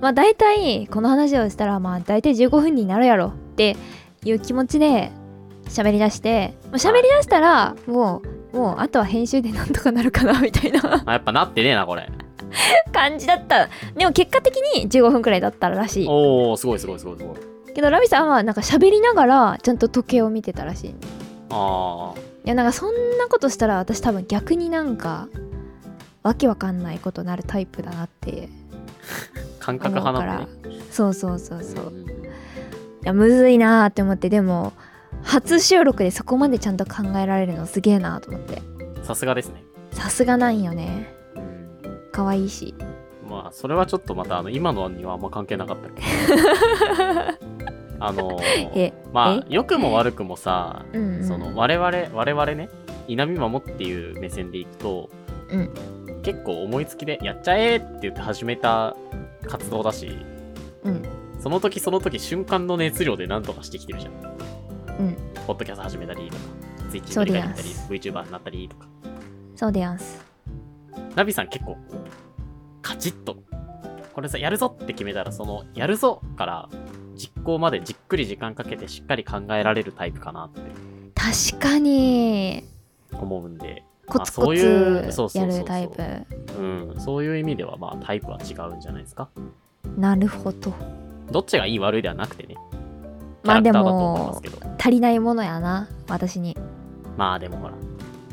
[SPEAKER 2] まあ大体この話をしたらまあ大体15分になるやろっていう気持ちで喋り出してもう喋り出したらもうもうあとは編集でなんとかなるかなみたいな
[SPEAKER 1] あ。あやっぱなってねえな、これ。
[SPEAKER 2] 感じだったでも結果的に15分くらいだったらしい
[SPEAKER 1] おおすごいすごいすごいすごい
[SPEAKER 2] けどラビさんはなんか喋りながらちゃんと時計を見てたらしいい
[SPEAKER 1] あー
[SPEAKER 2] やなんかそんなことしたら私多分逆になんかわけわかんないことなるタイプだなって
[SPEAKER 1] 感覚
[SPEAKER 2] 思うか
[SPEAKER 1] 派なんだ
[SPEAKER 2] ら
[SPEAKER 1] ね
[SPEAKER 2] そうそうそうそう
[SPEAKER 1] うんうん
[SPEAKER 2] いやむずいなーって思ってでも初収録でそこまでちゃんと考えられるのすげえなーと思って
[SPEAKER 1] さすがですね、
[SPEAKER 2] さすがなんよね
[SPEAKER 1] うん
[SPEAKER 2] 可愛いし
[SPEAKER 1] まあそれはちょっとまたあの今のにはあんま関係なかった けどあのー
[SPEAKER 2] え
[SPEAKER 1] まあ良くも悪くもさ
[SPEAKER 2] うん、うん、
[SPEAKER 1] その我々我々ね稲見守っていう目線でいくと、
[SPEAKER 2] うん
[SPEAKER 1] 結構思いつきで「やっちゃえ!」って言って始めた活動だし
[SPEAKER 2] うん
[SPEAKER 1] その時その時瞬間の熱量で何とかしてきてるじゃん。
[SPEAKER 2] うん
[SPEAKER 1] ポッドキャスト始めたりとか、ツイッチ
[SPEAKER 2] そう
[SPEAKER 1] 取
[SPEAKER 2] で
[SPEAKER 1] り替
[SPEAKER 2] や
[SPEAKER 1] え
[SPEAKER 2] ん
[SPEAKER 1] たり、VTuber になったりとか。
[SPEAKER 2] そうでやんす
[SPEAKER 1] ナビさん結構、カチッと、これさ、やるぞって決めたら、その、やるぞから、実行までじっくり時間かけてしっかり考えられるタイプかなって
[SPEAKER 2] 確かに
[SPEAKER 1] 思うんで、
[SPEAKER 2] コツ
[SPEAKER 1] そ
[SPEAKER 2] コ
[SPEAKER 1] ういうそうそうそうそ
[SPEAKER 2] ツ
[SPEAKER 1] う
[SPEAKER 2] やるタイプ
[SPEAKER 1] うん、そういう意味では、まあ、タイプは違うんじゃないですか。
[SPEAKER 2] なるほど
[SPEAKER 1] どっちがいい悪いではなくてね。キャ
[SPEAKER 2] まあ
[SPEAKER 1] ラク
[SPEAKER 2] で
[SPEAKER 1] ターだと思います
[SPEAKER 2] も
[SPEAKER 1] けど。
[SPEAKER 2] 足りないものやな私に
[SPEAKER 1] まあでもほら、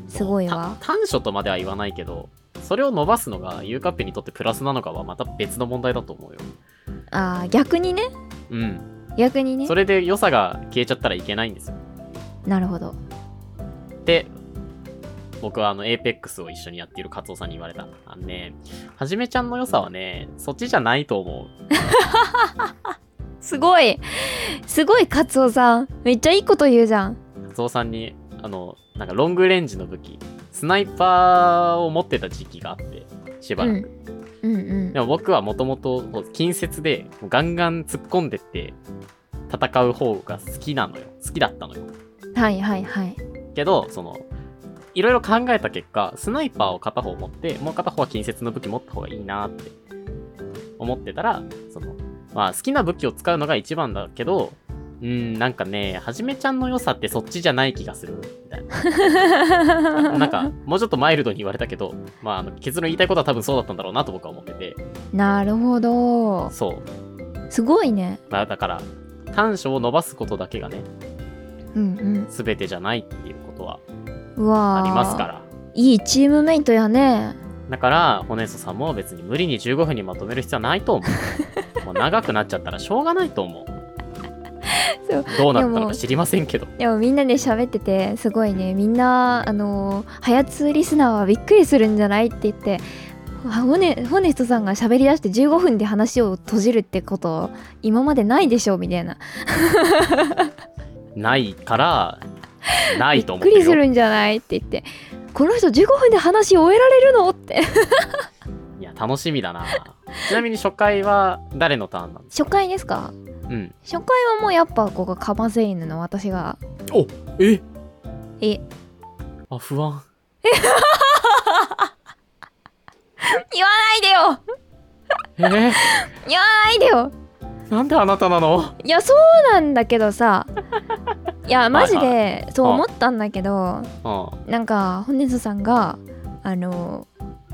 [SPEAKER 2] すごいわ
[SPEAKER 1] た短所とまでは言わないけどそれを伸ばすのがユーカッペにとってプラスなのかはまた別の問題だと思うよ
[SPEAKER 2] あー逆にね
[SPEAKER 1] うん
[SPEAKER 2] 逆にね
[SPEAKER 1] それで良さが消えちゃったらいけないんですよ
[SPEAKER 2] なるほど
[SPEAKER 1] で僕はあの APEX を一緒にやっているカツオさんに言われたあのねはじめちゃんの良さはねそっちじゃないと思う
[SPEAKER 2] すごいすごいカツオさんめっちゃいいこと言うじゃん
[SPEAKER 1] カツオさんにあのなんかロングレンジの武器スナイパーを持ってた時期があってしばらく、
[SPEAKER 2] うんうん
[SPEAKER 1] でも僕はもともと近接でもうガンガン突っ込んでって戦う方が好きなのよ好きだったのよ
[SPEAKER 2] はいはいはい
[SPEAKER 1] けどそのいろいろ考えた結果スナイパーを片方持ってもう片方は近接の武器持った方がいいなって思ってたらその、まあ、好きな武器を使うのが一番だけどうーんなんかねはじめちゃんの良さってそっちじゃない気がするみたいななんかもうちょっとマイルドに言われたけど、まあ、あの結論言いたいことは多分そうだったんだろうなと僕は思ってて
[SPEAKER 2] なるほど
[SPEAKER 1] そう、
[SPEAKER 2] すごいね
[SPEAKER 1] まあ、だから短所を伸ばすことだけがね
[SPEAKER 2] うん
[SPEAKER 1] 全てじゃないっていうことは
[SPEAKER 2] うんうわ
[SPEAKER 1] あ
[SPEAKER 2] ー
[SPEAKER 1] りますから
[SPEAKER 2] いいチームメイトやね
[SPEAKER 1] だから、ホネソさんも別に無理に15分にまとめる必要はないと思 う。もう長くなっちゃったらしょうがないと思う。
[SPEAKER 2] そう
[SPEAKER 1] どうなった
[SPEAKER 2] で
[SPEAKER 1] の
[SPEAKER 2] も
[SPEAKER 1] か知りませんけど。
[SPEAKER 2] でもみんなで喋っててすごいねみんなあの早通リスナーはびっくりするんじゃないって言ってあホネホネストさんが喋り出して15分で話を閉じるってこと今までないでしょみたいな
[SPEAKER 1] ないから、ないと
[SPEAKER 2] びっ
[SPEAKER 1] 思
[SPEAKER 2] く
[SPEAKER 1] う
[SPEAKER 2] りす
[SPEAKER 1] よ。
[SPEAKER 2] るんじゃないって言ってこの人15分で話終えられるのって
[SPEAKER 1] いや、楽しみだな。ちなみに初回は誰のターンなんです
[SPEAKER 2] 初回ですか
[SPEAKER 1] かうん。
[SPEAKER 2] 初回はもうやっぱここカマセイヌの私が
[SPEAKER 1] おえ
[SPEAKER 2] え
[SPEAKER 1] あ、不安。
[SPEAKER 2] 言わないでよ
[SPEAKER 1] えー、
[SPEAKER 2] 言わないでよ
[SPEAKER 1] なんであなたな の
[SPEAKER 2] いやそうなんだけ どさいやマジ
[SPEAKER 1] はい
[SPEAKER 2] でそう思ったんだけど
[SPEAKER 1] う
[SPEAKER 2] なんかホネソさんがあの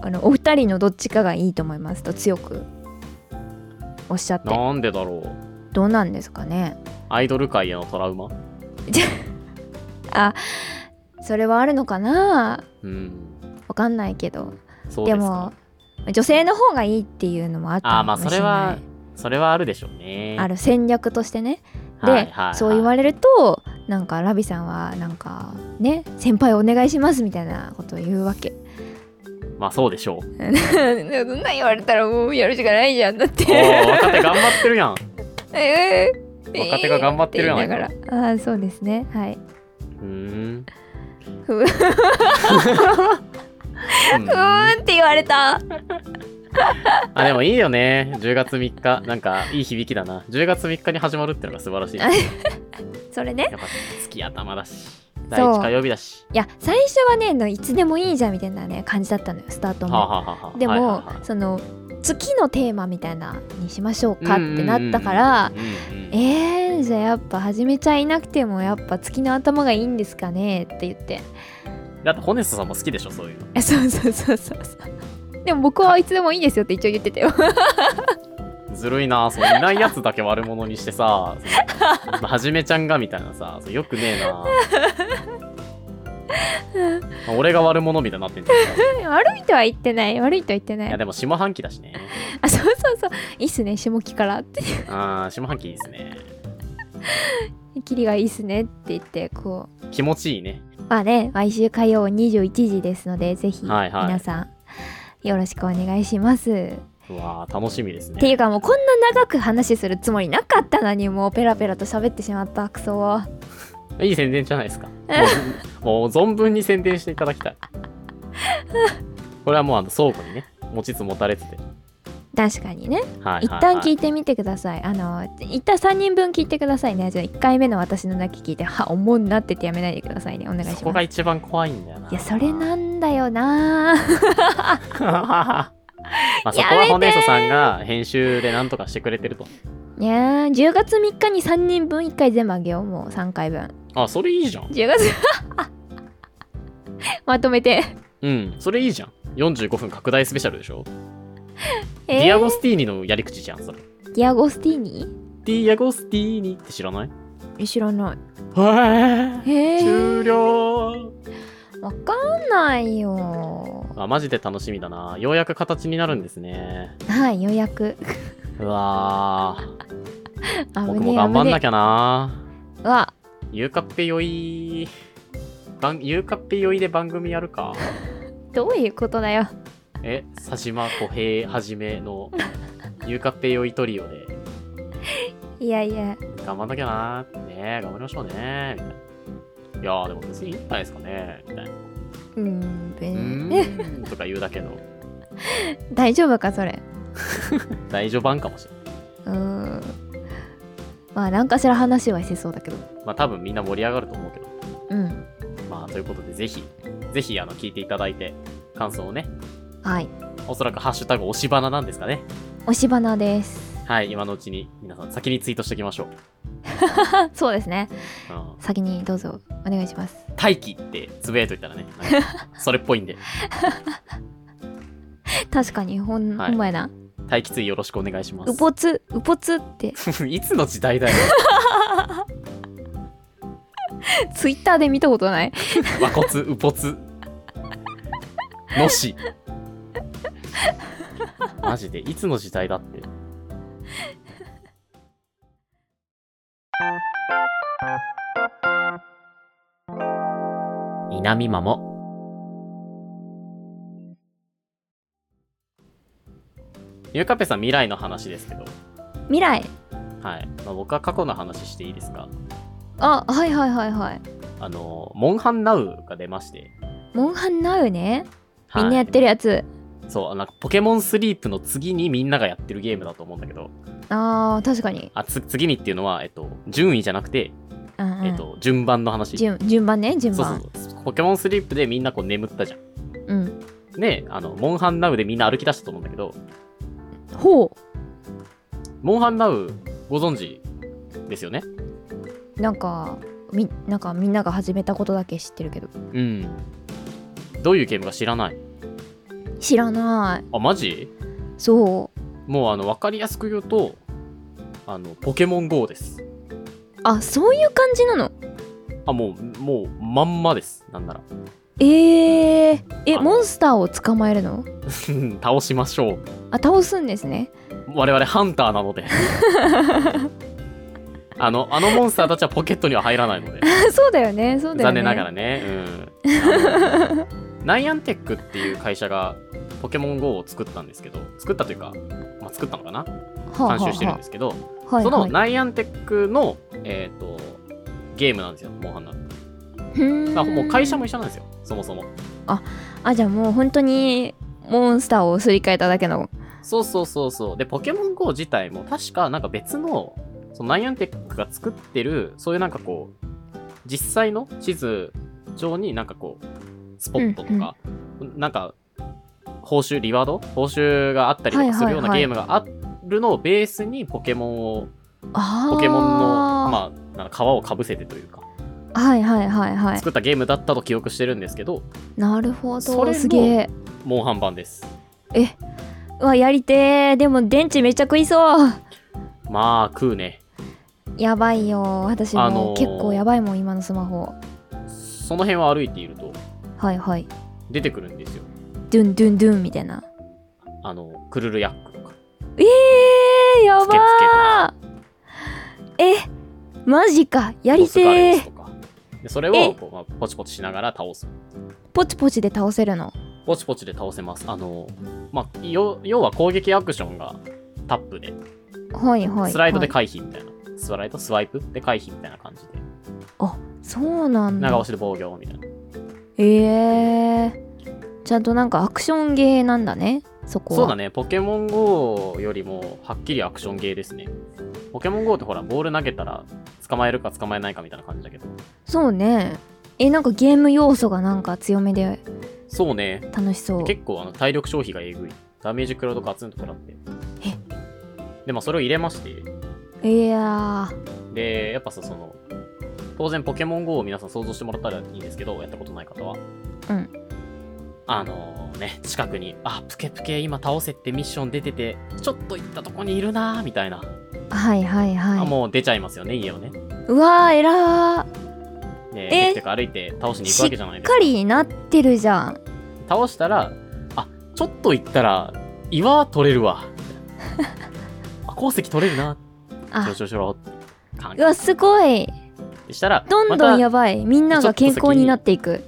[SPEAKER 2] あのお二人のどっちかがいいと思いますと強くおっしゃっ
[SPEAKER 1] ん。
[SPEAKER 2] て
[SPEAKER 1] なんでだろう。
[SPEAKER 2] どうなんですかね
[SPEAKER 1] アイドル界へのトラウマ
[SPEAKER 2] それはあるのかな
[SPEAKER 1] うん。
[SPEAKER 2] わかんないけど
[SPEAKER 1] そう
[SPEAKER 2] で
[SPEAKER 1] です
[SPEAKER 2] も
[SPEAKER 1] か。
[SPEAKER 2] 女性の方がいいっていうのもあった
[SPEAKER 1] あー、
[SPEAKER 2] の
[SPEAKER 1] まあ、
[SPEAKER 2] か
[SPEAKER 1] そ
[SPEAKER 2] もしれ
[SPEAKER 1] れ
[SPEAKER 2] な、
[SPEAKER 1] はいそれはあるでしょうね。
[SPEAKER 2] ある戦略としてねで、
[SPEAKER 1] はいはいはい
[SPEAKER 2] そう言われるとなんかラビさんはなんかね先輩お願いしますみたいなことを言うわけ
[SPEAKER 1] まあ、そうでしょう。
[SPEAKER 2] でもそんなん言われたらもうやるしかないじゃんだっ
[SPEAKER 1] おー
[SPEAKER 2] て
[SPEAKER 1] 若手頑張ってるやん。
[SPEAKER 2] えー
[SPEAKER 1] 若手が頑張ってるやん
[SPEAKER 2] えーって言いながらあーそうですねはいう
[SPEAKER 1] ーん。
[SPEAKER 2] ふう
[SPEAKER 1] うん
[SPEAKER 2] ふーんって言われた
[SPEAKER 1] あでもいいよね。10月3日。なんかいい響きだな。10月3日に始まるってのが素晴らしい。やっ
[SPEAKER 2] それね
[SPEAKER 1] ぱ月頭だし。
[SPEAKER 2] う
[SPEAKER 1] 第1火曜日だし。
[SPEAKER 2] いや最初はねのいつでもいいじゃんみたいなね感じだったのよスタート
[SPEAKER 1] は
[SPEAKER 2] も、
[SPEAKER 1] あ、はあはあはあ、
[SPEAKER 2] でも、
[SPEAKER 1] はいはいはい
[SPEAKER 2] その月のテーマみたいなにしましょうかってなったから、
[SPEAKER 1] うんうんうん
[SPEAKER 2] えー、じゃあやっぱ始めちゃいなくてもやっぱ月の頭がいいんですかねって言って
[SPEAKER 1] だってホネストさんも好きでしょ、そういうの。
[SPEAKER 2] えそうそうそうそうそうでも僕はいつでもいいですよって一応言ってたよ
[SPEAKER 1] ずるいな。そういないやつだけ悪者にしてさ。そのはじめちゃんがみたいなさ。そうよくねえ な。まあ俺が悪者みたいになってんじゃん。い
[SPEAKER 2] 悪いとは言ってない悪いとは言ってな
[SPEAKER 1] や
[SPEAKER 2] い
[SPEAKER 1] でも下半期だし ね。
[SPEAKER 2] あそうそうそういいっすね下木から って
[SPEAKER 1] あー下半期いいですね。
[SPEAKER 2] キリがいいっすねって言ってこう
[SPEAKER 1] 気持ちいいね。
[SPEAKER 2] まあね毎週火曜21時ですのでぜひ
[SPEAKER 1] はいはい
[SPEAKER 2] 皆さんよろしくお願いします、
[SPEAKER 1] うわー楽しみです
[SPEAKER 2] ってい
[SPEAKER 1] ね。
[SPEAKER 2] うかもうこんな長く話するつもりなかったのにもうペラペラと喋ってしまったクソ
[SPEAKER 1] いい宣伝じゃないですか。もうもう 存分に宣伝していただきたい。これはもうあの倉庫にね、持ちつ持たれつで。
[SPEAKER 2] 確かにね
[SPEAKER 1] はいはい、はい。
[SPEAKER 2] 一旦聞いてみてくださいあの一旦3人分聞いてくださいねじゃあ1回目の私の泣き聞いてはおもんなってってやめないでくださいねお願いします
[SPEAKER 1] そこが一番怖いんだよな。
[SPEAKER 2] いやそれ。なんだよな
[SPEAKER 1] まあ、そこ
[SPEAKER 2] やめ
[SPEAKER 1] は
[SPEAKER 2] てー
[SPEAKER 1] ホネソさんが編集でなんとかしてくれてると。
[SPEAKER 2] いやー10月3日に3人分1回全部あげようもう3回分
[SPEAKER 1] あ、それいいじゃん。
[SPEAKER 2] 10月 まとめて
[SPEAKER 1] うん、それいいじゃん。45分拡大スペシャルでしょ。
[SPEAKER 2] えー
[SPEAKER 1] ディアゴスティーニのやり口じゃん、それ。
[SPEAKER 2] ディアゴスティーニ
[SPEAKER 1] ディアゴスティーニって知らない
[SPEAKER 2] え知らな
[SPEAKER 1] はい
[SPEAKER 2] へ
[SPEAKER 1] い。終
[SPEAKER 2] え
[SPEAKER 1] 了
[SPEAKER 2] わかんないよ
[SPEAKER 1] あマジで楽しみだなようやく形になるんですね
[SPEAKER 2] はいようやく
[SPEAKER 1] うわー
[SPEAKER 2] あぶ
[SPEAKER 1] 僕
[SPEAKER 2] ね
[SPEAKER 1] も
[SPEAKER 2] えあ
[SPEAKER 1] 頑
[SPEAKER 2] ぶ
[SPEAKER 1] 張んな
[SPEAKER 2] ね
[SPEAKER 1] きゃな
[SPEAKER 2] えわ
[SPEAKER 1] ゆうかっぺよいばんゆうかっぺよいで番組やるか
[SPEAKER 2] どういうことだよ
[SPEAKER 1] え佐島小平はじめのゆうかっぺよいトリオで
[SPEAKER 2] いやいや
[SPEAKER 1] 頑張んなきゃなね頑張りましょうねみたいないやーでも別にいいんじゃないですかねみたいな
[SPEAKER 2] うんべ
[SPEAKER 1] うーんとか言うだけの
[SPEAKER 2] 大丈夫かそれ
[SPEAKER 1] 大序盤かもしれな
[SPEAKER 2] うーんまあ何かしら話はしてそうだけど
[SPEAKER 1] いまあ多分みんな盛り上がると思うけど
[SPEAKER 2] うん
[SPEAKER 1] まあということでぜひぜひあの聞いていただいて感想をね
[SPEAKER 2] はい
[SPEAKER 1] おそらくハッシュタグ押し花なんですかね
[SPEAKER 2] 押し 花です
[SPEAKER 1] はい今のうちに皆さん先にツイートしておきましょう、
[SPEAKER 2] あそうですね
[SPEAKER 1] うん、
[SPEAKER 2] 先にどうぞお願いします
[SPEAKER 1] 待機ってつぶやいといたらねなん かそれっぽいんで
[SPEAKER 2] 確かにほん,、
[SPEAKER 1] はい
[SPEAKER 2] ほんまやな
[SPEAKER 1] 待機ツイよろしくお願いしま
[SPEAKER 2] うぽつうぽつって
[SPEAKER 1] す いつの時代だよ
[SPEAKER 2] ツイッターで見たことない
[SPEAKER 1] 和骨うぽつのしマジでいつの時代だって南マモゆうかぺさん未来の話ですけど、
[SPEAKER 2] 未来
[SPEAKER 1] はいまあ、僕は過去の話していいですか
[SPEAKER 2] あはいはいはいはい
[SPEAKER 1] あのモンハンナウが出まして、
[SPEAKER 2] モンハンナウね
[SPEAKER 1] はい
[SPEAKER 2] みんなやってるやつ、
[SPEAKER 1] そう、なんかポケモンスリープの次にみんながやってるゲームだと思うんだけど、
[SPEAKER 2] あー確かに、
[SPEAKER 1] あつ次にっていうのは、えっと、順位じゃなくて、
[SPEAKER 2] うんうん
[SPEAKER 1] えっと、順番の話。
[SPEAKER 2] 順順番ね順
[SPEAKER 1] そう
[SPEAKER 2] 番
[SPEAKER 1] そうそう。ポケモンスリープでみんなこう眠ったじゃん。
[SPEAKER 2] うん
[SPEAKER 1] ね、あの、モンハンナウでみんな歩き出したと思うんだけど、
[SPEAKER 2] ほ
[SPEAKER 1] モンハンナウご存知ですよね
[SPEAKER 2] うなんかみなんかみんなが始めたことだけ知ってるけど
[SPEAKER 1] うん。どういうゲームか知らない。
[SPEAKER 2] 知らない
[SPEAKER 1] あ、マジ
[SPEAKER 2] そう
[SPEAKER 1] もうあの、わかりやすく言うと、あの、ポケモン GO です。
[SPEAKER 2] あそういう感じなの
[SPEAKER 1] あ、もう、もう、まんまです。なんなら。
[SPEAKER 2] えー、え
[SPEAKER 1] あの
[SPEAKER 2] モンスターを捕まえるの
[SPEAKER 1] 倒しましょう。
[SPEAKER 2] あ倒すんですね
[SPEAKER 1] 我々ハンターなのであのあのモンスターたちはポケットには入らないので、
[SPEAKER 2] あそう だよねそうだよ
[SPEAKER 1] 残
[SPEAKER 2] ね
[SPEAKER 1] 念ながらね、うん、あのナイアンテックっていう会社がポケモン GO を作ったんですけど作ったというか、まあ、作ったのかな
[SPEAKER 2] はあはあ
[SPEAKER 1] 監修してるんですけど、
[SPEAKER 2] はい
[SPEAKER 1] その
[SPEAKER 2] はい
[SPEAKER 1] ナイアンテックの、えー、とゲームなんですよモンハンナー
[SPEAKER 2] ふーん
[SPEAKER 1] だからもう会社も一緒なんですよそもそも
[SPEAKER 2] あじゃあもう本当にモンスターをすり替えただけの
[SPEAKER 1] そうそうそうそうでポケモン GO 自体も確かなんか別のそのナイアンテックが作ってるそういうなんかこう実際の地図上になんかこうスポットとか、なんか報酬リワード報酬があったりとかするような
[SPEAKER 2] はいはいはい
[SPEAKER 1] ゲームがあるのをベースにポケモンを
[SPEAKER 2] あー
[SPEAKER 1] ポケモンのまあなんか皮をかぶせてというか
[SPEAKER 2] はいはいはいはい
[SPEAKER 1] 作ったゲームだったと記憶してるんですけど
[SPEAKER 2] なるほ
[SPEAKER 1] それ
[SPEAKER 2] ど
[SPEAKER 1] も
[SPEAKER 2] すげえ
[SPEAKER 1] モンハン版です
[SPEAKER 2] えうわやりてーでも電池めっちゃ食いそう
[SPEAKER 1] まあ食うね
[SPEAKER 2] やばいよ私もう
[SPEAKER 1] あのー
[SPEAKER 2] 結構やばいもん今のスマホ
[SPEAKER 1] その辺を歩いていると
[SPEAKER 2] はいはい
[SPEAKER 1] 出てくるんですよ
[SPEAKER 2] ドゥンドゥンドゥンみたいな
[SPEAKER 1] あのクルルヤックとか
[SPEAKER 2] えー、やばーえマジかやり
[SPEAKER 1] ボスガレ
[SPEAKER 2] て
[SPEAKER 1] オス
[SPEAKER 2] ー
[SPEAKER 1] とかでそれ
[SPEAKER 2] え
[SPEAKER 1] をこう、まあ、ポチポチしながら倒す
[SPEAKER 2] ポチポチで倒せるの
[SPEAKER 1] ポチポチで倒せますあのまあ要要は攻撃アクションがタップで
[SPEAKER 2] はいはい
[SPEAKER 1] スライドで
[SPEAKER 2] は
[SPEAKER 1] 回
[SPEAKER 2] い
[SPEAKER 1] 避みたいな、スライドスワイプで回避みたいな感じで
[SPEAKER 2] そうなん
[SPEAKER 1] 長
[SPEAKER 2] だ
[SPEAKER 1] 押しで防御みたいな
[SPEAKER 2] えー、ちゃんとなんかアクションゲーなんだねそこは
[SPEAKER 1] そうだねポケモン GO よりもはっきりアクションゲーですねポケモン GO ってほらボール投げたら捕まえるか捕まえないかみたいな感じだけど
[SPEAKER 2] そうねえなんかゲーム要素がなんか強めで
[SPEAKER 1] そうね
[SPEAKER 2] 楽しそう
[SPEAKER 1] 結構あの体力消費がえぐいダメージ食らうとガツンと食らって
[SPEAKER 2] え
[SPEAKER 1] でまあそれを入れまして
[SPEAKER 2] いやー
[SPEAKER 1] でやっぱさその当然ポケモン GO を皆さん想像してもらったらいいんですけどやったことない方は
[SPEAKER 2] うん
[SPEAKER 1] あのね近くにあプケプケ今倒せってミッション出ててちょっと行ったとこにいるなーみたいな、
[SPEAKER 2] はいはい
[SPEAKER 1] あ
[SPEAKER 2] は
[SPEAKER 1] もう出ちゃいますよね家をね
[SPEAKER 2] いうんうわーえらー
[SPEAKER 1] で
[SPEAKER 2] え
[SPEAKER 1] テクテク歩いて倒しに行くわけじゃない
[SPEAKER 2] しっ
[SPEAKER 1] ですか
[SPEAKER 2] かりなってるじゃん
[SPEAKER 1] 倒したらあちょっと行ったら岩取れる わあ鉱石取れるな
[SPEAKER 2] あ
[SPEAKER 1] 上昇しろって感
[SPEAKER 2] うわすごい
[SPEAKER 1] じしたら
[SPEAKER 2] どん
[SPEAKER 1] ま
[SPEAKER 2] ど
[SPEAKER 1] た
[SPEAKER 2] んやばいみんなが健康になっていく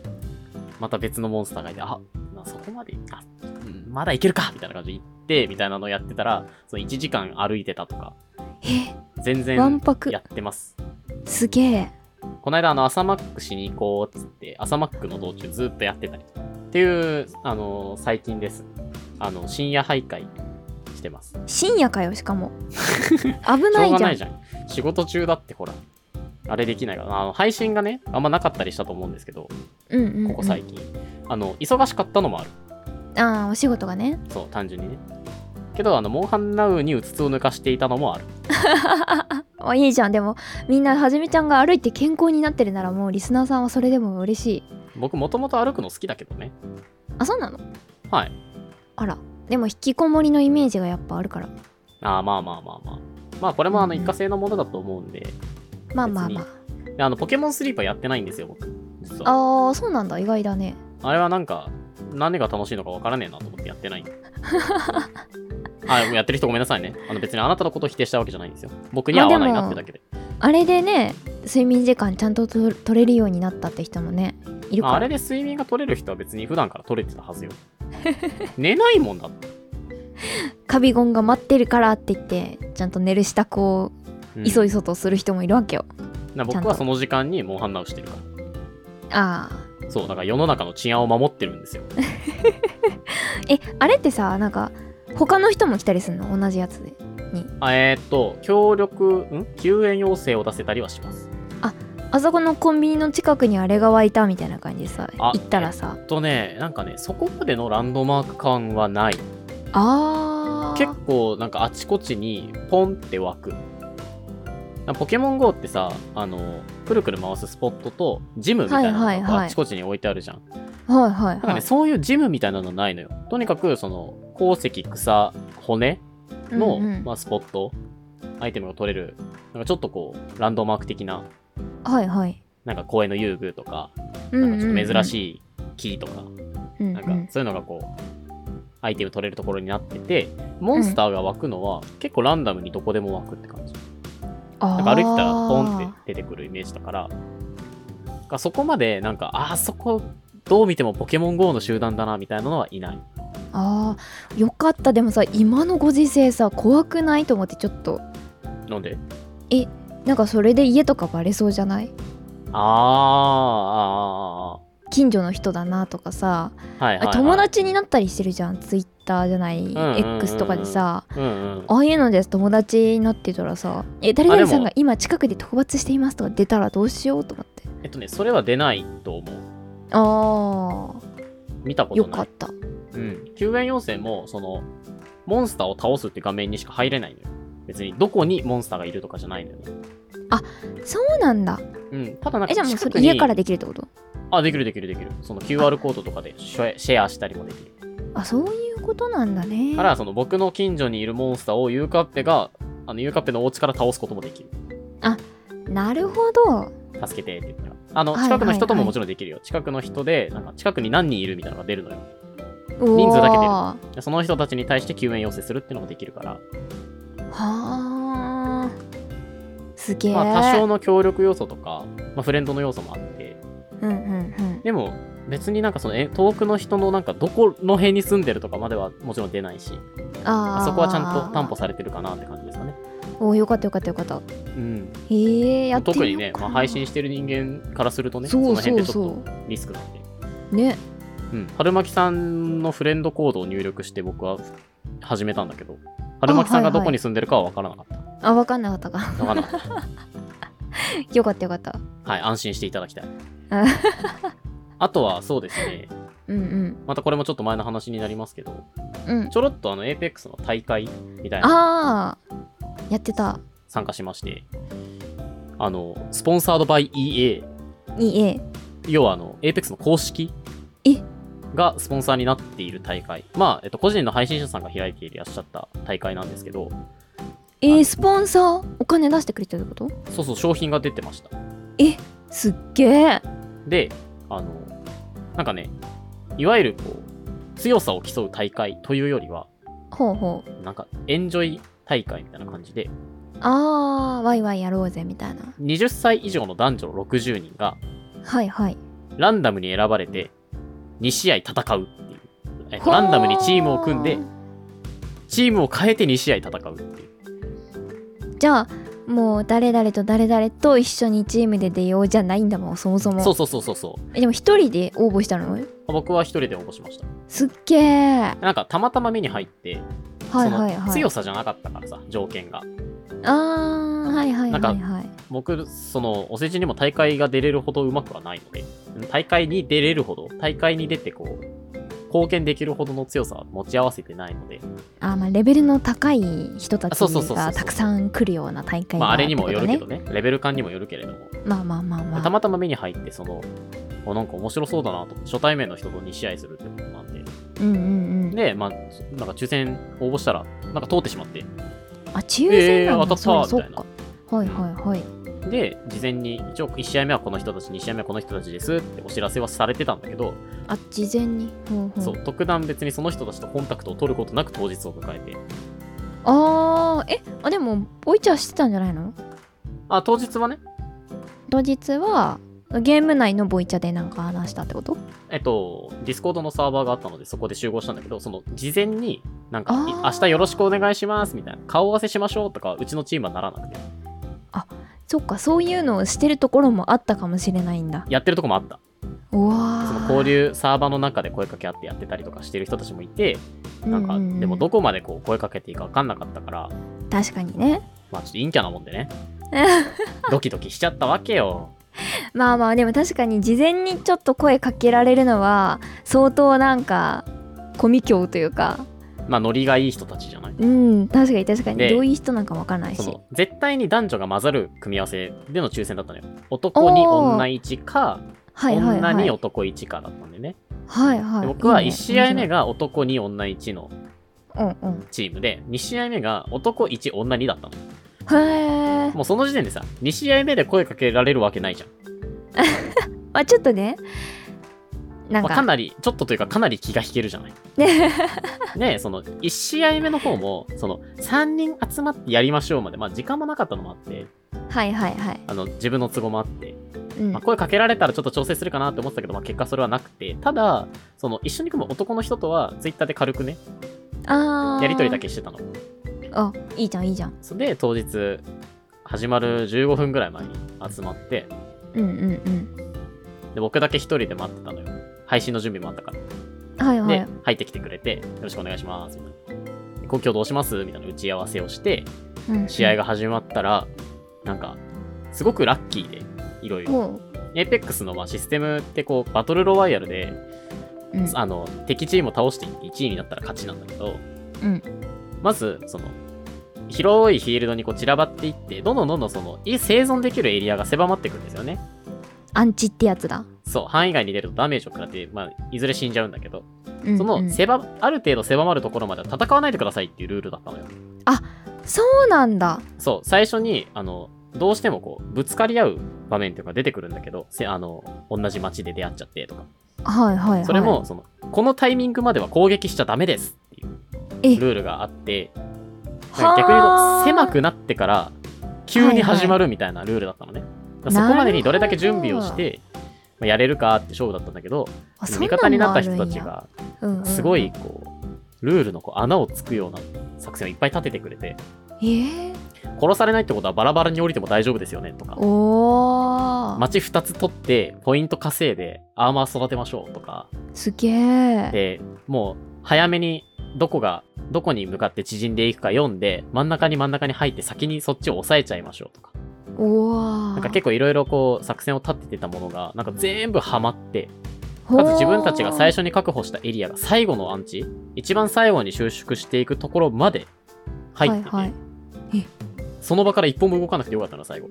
[SPEAKER 1] また別のモンスターがいて、あ、まあそこまで、あ、うんまだいけるかみたいな感じで行って、みたいなのをやってたら、その1時間歩いてたとか、
[SPEAKER 2] え
[SPEAKER 1] 全然
[SPEAKER 2] わんぱく
[SPEAKER 1] やってます。
[SPEAKER 2] すげえ
[SPEAKER 1] この間あの朝マックしに行こうっつって、朝マックの道中ずっとやってたりっていう、あの、最近です。あの、深夜徘徊してます。
[SPEAKER 2] 深夜かよし かも危
[SPEAKER 1] し
[SPEAKER 2] な
[SPEAKER 1] ょう
[SPEAKER 2] い
[SPEAKER 1] が
[SPEAKER 2] じゃ
[SPEAKER 1] なんいじゃん。仕事中だってほら、あれできないから、あの配信がね、あんまなかったりしたと思うんですけど、
[SPEAKER 2] うんうんうん、
[SPEAKER 1] ここ最近。あの、忙しかったのもある。
[SPEAKER 2] ああお仕事がね
[SPEAKER 1] そう、単純にね。けど、あの、モンハンナウにうつつを抜かしていたのもある。
[SPEAKER 2] あいいじゃんでもみんなはじめちゃんが歩いて健康になってるならもうリスナーさんはそれでも嬉しい
[SPEAKER 1] 僕、もともと歩くの好きだけどね。
[SPEAKER 2] あそうなの
[SPEAKER 1] はい。
[SPEAKER 2] あらでも引きこもりのイメージがやっぱあるから
[SPEAKER 1] ああ、まあまあまあまあ。まあ、これもあの、
[SPEAKER 2] うんうん
[SPEAKER 1] 一過性のものだと思うんで、
[SPEAKER 2] まあまあまあ
[SPEAKER 1] であの、ポケモンスリーパーやってないんですよ、僕。実は。
[SPEAKER 2] あーそうなんだ意外だね
[SPEAKER 1] あれはなんか、何が楽しいのかわからねえなと思ってやって ない。あ、もうやってる人ごめんなさいね。あの、別にあなたのことを否定したわけじゃないんですよ。僕には合わないなってだけで。
[SPEAKER 2] あれでね睡眠時間ちゃんとと取れるようになったって人もねいる
[SPEAKER 1] まあ
[SPEAKER 2] か
[SPEAKER 1] あ
[SPEAKER 2] ら
[SPEAKER 1] れで睡眠が取れる人は別に普段から取れてたはずよ。寝ないもんだって。
[SPEAKER 2] カビゴンが待ってるからって言ってちゃんと寝る支度を
[SPEAKER 1] うん
[SPEAKER 2] いそいそとする人もいるわけよ、
[SPEAKER 1] な
[SPEAKER 2] ちゃ
[SPEAKER 1] 僕
[SPEAKER 2] んと
[SPEAKER 1] はその時間にモンハンナウしてるか
[SPEAKER 2] ああ
[SPEAKER 1] ら。そう、だから世の中の治安を守ってるんですよ。
[SPEAKER 2] えあれってさなんか他の人も来たりするの同じやつで
[SPEAKER 1] あえーっと、協力、ん救援要請を出せたりはします。
[SPEAKER 2] あそこのコンビニの近くにあれが湧いたみたいな感じでさ
[SPEAKER 1] あ
[SPEAKER 2] 行ったらさ
[SPEAKER 1] あとね、なんかね、そこまでのランドマーク感はない。
[SPEAKER 2] あ
[SPEAKER 1] 結
[SPEAKER 2] ー
[SPEAKER 1] 構、なんかあちこちにポンって湧く。なんかポケモン GO ってさ、あの、くるくる回すスポットと、ジムみたいなの
[SPEAKER 2] はいはい
[SPEAKER 1] が
[SPEAKER 2] はい
[SPEAKER 1] あちこちに置いてあるじゃん。
[SPEAKER 2] はいは
[SPEAKER 1] な
[SPEAKER 2] い
[SPEAKER 1] んか
[SPEAKER 2] は
[SPEAKER 1] ね、
[SPEAKER 2] い
[SPEAKER 1] そういうジムみたいなのないのよ。とにかく、その、鉱石、草、骨の、
[SPEAKER 2] うんうん
[SPEAKER 1] まあ、スポット、アイテムが取れる、なんかちょっとこう、ランドマーク的な、
[SPEAKER 2] はいはい
[SPEAKER 1] なんか公園の遊具とか、
[SPEAKER 2] うん
[SPEAKER 1] なんかちょっと珍し
[SPEAKER 2] い
[SPEAKER 1] い木とか、な
[SPEAKER 2] な
[SPEAKER 1] んかそういうのがこう、アイテム取れるところになってて、モンスターが湧くのは結構ランダムにどこでも湧くって感じ。なんか歩いてたらポンって出てくるイメージだから、なんかそこまでなんか、あーそこ、どう見てもポケモン GO の集団だなみたいなのはいない。
[SPEAKER 2] あーよかったでもさ今のご時世さ怖くないと思ってちょっと
[SPEAKER 1] なんで
[SPEAKER 2] なんかそれで家とかバレそうじゃない
[SPEAKER 1] あーあ
[SPEAKER 2] 近所の人だなとかさ、
[SPEAKER 1] ー、あーあーはいはい、はい。
[SPEAKER 2] 友達になったりしてるじゃんツイッターじゃない、
[SPEAKER 1] んうんうん
[SPEAKER 2] X とかでさ
[SPEAKER 1] うんうん。
[SPEAKER 2] ああいうので友達になってたらさ「え誰々さんが今近くで討伐しています」とか出たらどうしようと思って
[SPEAKER 1] えっとね、それは出ないと思う。
[SPEAKER 2] あ
[SPEAKER 1] 見たこと
[SPEAKER 2] あよ
[SPEAKER 1] ない。
[SPEAKER 2] かった
[SPEAKER 1] うん。救援要請も、その、モンスターを倒すって画面にしか入れないのよ。別に、どこにモンスターがいるとかじゃないのよね。
[SPEAKER 2] そうなんだ
[SPEAKER 1] うん。ただなんか
[SPEAKER 2] えじゃあもうそ
[SPEAKER 1] 近く
[SPEAKER 2] れ
[SPEAKER 1] に
[SPEAKER 2] 家からできるってこと
[SPEAKER 1] あ、できるできるできる。その QR コードとかでシェシェアしたりもできる。
[SPEAKER 2] あそういうことなんだね
[SPEAKER 1] から、その僕の近所にいるモンスターをユーカッペが、あの、ユーカッペのお家から倒すこともできる。
[SPEAKER 2] なるほど
[SPEAKER 1] 助けてって言ったら。あの、
[SPEAKER 2] はいはい
[SPEAKER 1] 近くの人とも
[SPEAKER 2] はい
[SPEAKER 1] もちろんできるよ。近くの人で、なんか近くに何人いるみたいなのが出るのよ。
[SPEAKER 2] 人
[SPEAKER 1] 数だけで
[SPEAKER 2] は
[SPEAKER 1] でその人たちに対して救援要請するっていうのができるから、
[SPEAKER 2] あすげえ、
[SPEAKER 1] まあ、多少の協力要素とか、まあ、フレンドの要素もあって
[SPEAKER 2] うんうんうん
[SPEAKER 1] でも別になんかそのえ遠くの人のなんかどこの辺に住んでるとかまではもちろん出ないし
[SPEAKER 2] あ
[SPEAKER 1] あ
[SPEAKER 2] ー
[SPEAKER 1] そこはちゃんと担保されてるかなって感じですかね、
[SPEAKER 2] おーよかったよかったよかった
[SPEAKER 1] うん、
[SPEAKER 2] へえやって
[SPEAKER 1] 特
[SPEAKER 2] み
[SPEAKER 1] に
[SPEAKER 2] よう
[SPEAKER 1] ね、
[SPEAKER 2] かな
[SPEAKER 1] まあ、配信してる人間からするとね
[SPEAKER 2] そう
[SPEAKER 1] の
[SPEAKER 2] そ
[SPEAKER 1] 辺
[SPEAKER 2] う
[SPEAKER 1] でちょっと
[SPEAKER 2] そ
[SPEAKER 1] リスクなんで、
[SPEAKER 2] うね
[SPEAKER 1] うん、春巻さんのフレンドコードを入力して僕は始めたんだけど春巻さんがどこに住んでるかは分からなかった、
[SPEAKER 2] あ分かんなかったか
[SPEAKER 1] 分からなかった
[SPEAKER 2] よかったよかった
[SPEAKER 1] はい安心していただきたい
[SPEAKER 2] あ
[SPEAKER 1] あとはそうですね
[SPEAKER 2] うん
[SPEAKER 1] またこれもちょっと前の話になりますけど、
[SPEAKER 2] うんうん
[SPEAKER 1] ちょろっとあの APEX の大会みたいなのに
[SPEAKER 2] ああやってた
[SPEAKER 1] 参加しまして、あの、スポンサードバイ EA、
[SPEAKER 2] EA
[SPEAKER 1] 要はあの、APEX の公式
[SPEAKER 2] え
[SPEAKER 1] がスポンサーになっている大会。まあ、えっと、個人の配信者さんが開いていらっしゃった大会なんですけど、
[SPEAKER 2] えー、スポンサーお金出してくれてるってこと
[SPEAKER 1] そうそう、商品が出てました。
[SPEAKER 2] すっげえ
[SPEAKER 1] で、あの、なんかね、いわゆるこう、強さを競う大会というよりは、
[SPEAKER 2] ほうほう
[SPEAKER 1] なんか、エンジョイ大会みたいな感じで、
[SPEAKER 2] あーワイワイやろうぜみたいな
[SPEAKER 1] 20歳以上の男女60人が、
[SPEAKER 2] はいはい
[SPEAKER 1] ランダムに選ばれて、2試合戦うっていう。えっと
[SPEAKER 2] ほー
[SPEAKER 1] ランダムにチームを組んで、チームを変えて2試合戦うっていう。
[SPEAKER 2] じゃあもう誰々と誰々と一緒にチームで出ようじゃないんだもんそもそも
[SPEAKER 1] そうそうそうそうそう
[SPEAKER 2] えでも一人で応募したの
[SPEAKER 1] 僕は一人で応募しました
[SPEAKER 2] すっげえは
[SPEAKER 1] なんかたまたま目に入って、
[SPEAKER 2] いはい
[SPEAKER 1] そ
[SPEAKER 2] は
[SPEAKER 1] の
[SPEAKER 2] い
[SPEAKER 1] 強さじゃなかったからさ条件が
[SPEAKER 2] あーはいはいはい
[SPEAKER 1] な
[SPEAKER 2] はい
[SPEAKER 1] 僕そのお世辞にも大会が出れるほどうまくはないので大会に出れるほど大会に出てこう貢献できるほどの強さは持ち合わせてないので、
[SPEAKER 2] あーまあレベルの高い人たち
[SPEAKER 1] あそうそうそうそうそ
[SPEAKER 2] が
[SPEAKER 1] う
[SPEAKER 2] たくさん来るような大会
[SPEAKER 1] まあ、
[SPEAKER 2] が
[SPEAKER 1] あ
[SPEAKER 2] って
[SPEAKER 1] れ
[SPEAKER 2] こ
[SPEAKER 1] に
[SPEAKER 2] と
[SPEAKER 1] もよるけどねレベル感にもよるけれども
[SPEAKER 2] まあまあまあまあ
[SPEAKER 1] たまたま目に入ってそのおなんか面白そうだなと初対面の人と2試合するってことなんで
[SPEAKER 2] うんうんうん
[SPEAKER 1] でまあなんか抽選応募したらなんか通ってしまって
[SPEAKER 2] あ抽選なん
[SPEAKER 1] え
[SPEAKER 2] だ、
[SPEAKER 1] ー当たった
[SPEAKER 2] それそっ
[SPEAKER 1] みた
[SPEAKER 2] かはいはいはい
[SPEAKER 1] で事前に一応1試合目はこの人たち2試合目はこの人たちですってお知らせはされてたんだけど、
[SPEAKER 2] あ事前にほうほう
[SPEAKER 1] そう特段別にその人たちとコンタクトを取ることなく当日を迎えて
[SPEAKER 2] あーえあでもボイチャーしてたんじゃないの
[SPEAKER 1] あ当日はね
[SPEAKER 2] 当日はゲーム内のボイチャでなんか話したってこと
[SPEAKER 1] えっとディスコードのサーバーがあったのでそこで集合したんだけどその事前になんか
[SPEAKER 2] あ
[SPEAKER 1] い
[SPEAKER 2] ー
[SPEAKER 1] 明日よろしくお願いしますみたいな顔合わせしましょうとかはうちのチームはならなくて
[SPEAKER 2] そっかそういうのをしてるところもあったかもしれないんだ
[SPEAKER 1] やってるとこもあった
[SPEAKER 2] うわー
[SPEAKER 1] その交流サーバーの中で声かけ合ってやってたりとかしてる人たちもいてなんか
[SPEAKER 2] ううう
[SPEAKER 1] でもどこまでこう声かけていいか分かんなかったから
[SPEAKER 2] 確かにね
[SPEAKER 1] まあちょっと陰キャなもんで ねドキドキしちゃったわけよ
[SPEAKER 2] まあまあでも確かに事前にちょっと声かけられるのは相当なんかコミ教というか
[SPEAKER 1] まあノリがいい人たちじゃない
[SPEAKER 2] うん確かに確かに
[SPEAKER 1] で
[SPEAKER 2] どういう人なんかわからない
[SPEAKER 1] そ
[SPEAKER 2] し
[SPEAKER 1] の絶対に男女が混ざる組み合わせでの抽選だったのよ男に女1か
[SPEAKER 2] はいはいは
[SPEAKER 1] 女
[SPEAKER 2] い
[SPEAKER 1] に男1かだったんでね
[SPEAKER 2] はいはい
[SPEAKER 1] で僕は
[SPEAKER 2] ね
[SPEAKER 1] 1試合目が男2女1の
[SPEAKER 2] 面白いうんうん
[SPEAKER 1] チームで2試合目が男1女2だったのよ
[SPEAKER 2] へえ
[SPEAKER 1] もうその時点でさ2試合目で声かけられるわけないじゃん
[SPEAKER 2] まあちょっとねなん
[SPEAKER 1] まあ
[SPEAKER 2] か
[SPEAKER 1] かなりちょっとというかかなり気が引けるじゃ ないねその1試合目の方もその3人集まってやりましょうまで、まあ、時間もなかったのもあって
[SPEAKER 2] はいはいはい
[SPEAKER 1] あの自分の都合もあって、
[SPEAKER 2] うん
[SPEAKER 1] まあ、声かけられたらちょっと調整するかなって思ってたけど、まあ、結果それはなくてただその一緒に組む男の人とはツイッターで軽くね
[SPEAKER 2] あー
[SPEAKER 1] やり取りだけしてたの
[SPEAKER 2] あいいじゃんいいじゃん
[SPEAKER 1] それで当日始まる15分ぐらい前に集まって
[SPEAKER 2] うんうん
[SPEAKER 1] で僕だけ一人で待ってたのよ配信の準備もあったから
[SPEAKER 2] うんはいは
[SPEAKER 1] で
[SPEAKER 2] い、
[SPEAKER 1] 入ってきてくれて、よろしくお願いします、みたいな。でこう今日どうしますみたいな打ち合わせをして、
[SPEAKER 2] うん、
[SPEAKER 1] 試合が始まったら、なんか、すごくラッキーで、いろいろ。
[SPEAKER 2] も
[SPEAKER 1] APEX のまあシステムってこう、バトルロワイヤルで、
[SPEAKER 2] う、うん、
[SPEAKER 1] あの、敵チームを倒していって1位になったら勝ちなんだけど、
[SPEAKER 2] うん
[SPEAKER 1] まず、その、広いフィールドにこう散らばっていって、どんどんどんどんその、い生存できるエリアが狭まっていくんですよね。
[SPEAKER 2] アンチってやつだ、
[SPEAKER 1] そう、範囲外に出るとダメージを食らって、まあ、いずれ死んじゃうんだけど、
[SPEAKER 2] うんうん
[SPEAKER 1] その、狭、ある程度狭まるところまでは戦わないでくださいっていうルールだったのよ。
[SPEAKER 2] そうなんだ
[SPEAKER 1] そう、最初に、あの、どうしてもこう、ぶつかり合う場面というか出てくるんだけど、せあの、同じ街で出会っちゃってとか。
[SPEAKER 2] はいはいはい
[SPEAKER 1] それも、その、このタイミングまでは攻撃しちゃダメですってい
[SPEAKER 2] え
[SPEAKER 1] うルールがあって、
[SPEAKER 2] は
[SPEAKER 1] なんか
[SPEAKER 2] ー
[SPEAKER 1] 逆に言うと、狭くなってから、急に始まるみたいなルールだったのね。だからそこまでにどれだけ準備をして、まあやれるかって勝負だったんだけど、
[SPEAKER 2] あそん
[SPEAKER 1] 味
[SPEAKER 2] な
[SPEAKER 1] 方に
[SPEAKER 2] ん
[SPEAKER 1] な
[SPEAKER 2] も
[SPEAKER 1] っ
[SPEAKER 2] あ
[SPEAKER 1] た
[SPEAKER 2] るん
[SPEAKER 1] 人
[SPEAKER 2] や
[SPEAKER 1] たちが、
[SPEAKER 2] うんうん
[SPEAKER 1] すごいこう、ルールのこう穴をつくような作戦をいっぱい立ててくれて、
[SPEAKER 2] えー、
[SPEAKER 1] 殺されないってことはバラバラに降りても大丈夫ですよねとか、
[SPEAKER 2] おー、
[SPEAKER 1] 街2つ取ってポイント稼いでアーマー育てましょうとか、
[SPEAKER 2] すげえ
[SPEAKER 1] で、もう早めにどこが、どこに向かって縮んでいくか読んで、真ん中に真ん中に入って先にそっちを抑えちゃいましょうとか、
[SPEAKER 2] おー
[SPEAKER 1] なんか結構いろいろこう作戦を立ててたものが、なんか全部ハマって、
[SPEAKER 2] ほー
[SPEAKER 1] かつ自分たちが最初に確保したエリアが最後のアンチ、一番最後に収縮していくところまで入ってて、
[SPEAKER 2] はいはい
[SPEAKER 1] その場から一歩も動かなくてよかったの、最後。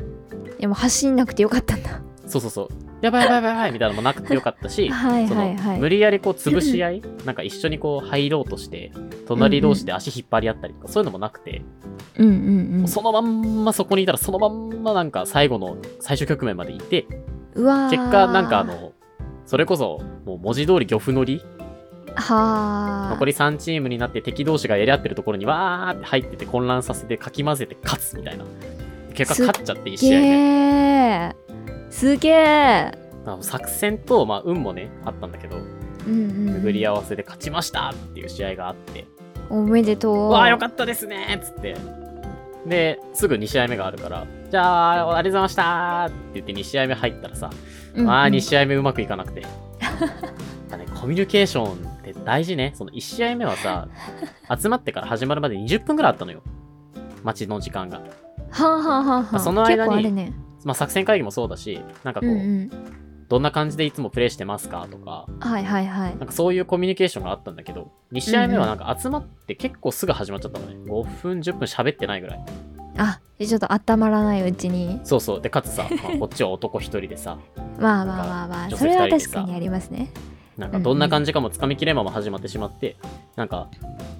[SPEAKER 2] でも走んなくてよかったんだ
[SPEAKER 1] そうそうそう。やばいやばいやばいやばいみたいなのもなくてよかったし、
[SPEAKER 2] はい
[SPEAKER 1] そ
[SPEAKER 2] はい
[SPEAKER 1] の
[SPEAKER 2] はい
[SPEAKER 1] 無理やりこう潰し合い、なんか一緒にこう入ろうとして、隣同士で足引っ張り合ったりとか、そういうのもなくて、
[SPEAKER 2] うんうんうん
[SPEAKER 1] そのまんまそこにいたら、そのまんまなんか最後の最終局面までいて、
[SPEAKER 2] うわー
[SPEAKER 1] 結果なんかあの、それこそもう文字通り漁夫乗り、
[SPEAKER 2] はー
[SPEAKER 1] 残り3チームになって敵同士がやり合ってるところにわーって入ってて混乱させてかき混ぜて勝つみたいな。結果勝っちゃって1
[SPEAKER 2] す
[SPEAKER 1] 試合
[SPEAKER 2] げ
[SPEAKER 1] 目。
[SPEAKER 2] えすげえ
[SPEAKER 1] あの作戦と、まあ運もね、あったんだけど、
[SPEAKER 2] うんうん
[SPEAKER 1] 巡り合わせで勝ちましたっていう試合があって、
[SPEAKER 2] おめでとう
[SPEAKER 1] わあよかったですねーっつってで、すぐ2試合目があるから、じゃあ、ありがとうございましたーって言って2試合目入ったらさ、
[SPEAKER 2] うん
[SPEAKER 1] まあ
[SPEAKER 2] うん
[SPEAKER 1] 2試合目うまくいかなくて。やっぱね、コミュニケーションって大事ね。その1試合目はさ、集まってから始まるまで20分ぐらいあったのよ。待ちの時間が。
[SPEAKER 2] はあはあはあはあ
[SPEAKER 1] その間に
[SPEAKER 2] 結構あるね
[SPEAKER 1] まあ作戦会議もそうだし、なんかこ
[SPEAKER 2] う
[SPEAKER 1] う、
[SPEAKER 2] んうん
[SPEAKER 1] どんな感じでいつもプレイしてますかとか、
[SPEAKER 2] はいはいはい
[SPEAKER 1] なんかそういうコミュニケーションがあったんだけど、2試合目はなんか集まって結構すぐ始まっちゃったのね。5分、10分喋ってないぐらい。
[SPEAKER 2] あでちょっと温まらないうちに
[SPEAKER 1] そうそう。で、か つさ、まあこっちは男1人でさ、
[SPEAKER 2] まあまあまあまあ
[SPEAKER 1] 女性
[SPEAKER 2] それは
[SPEAKER 1] 二人で
[SPEAKER 2] 確
[SPEAKER 1] さ
[SPEAKER 2] かにありますね
[SPEAKER 1] なんかどんな感じかもつかみきれんまま始まってしまって、なんか、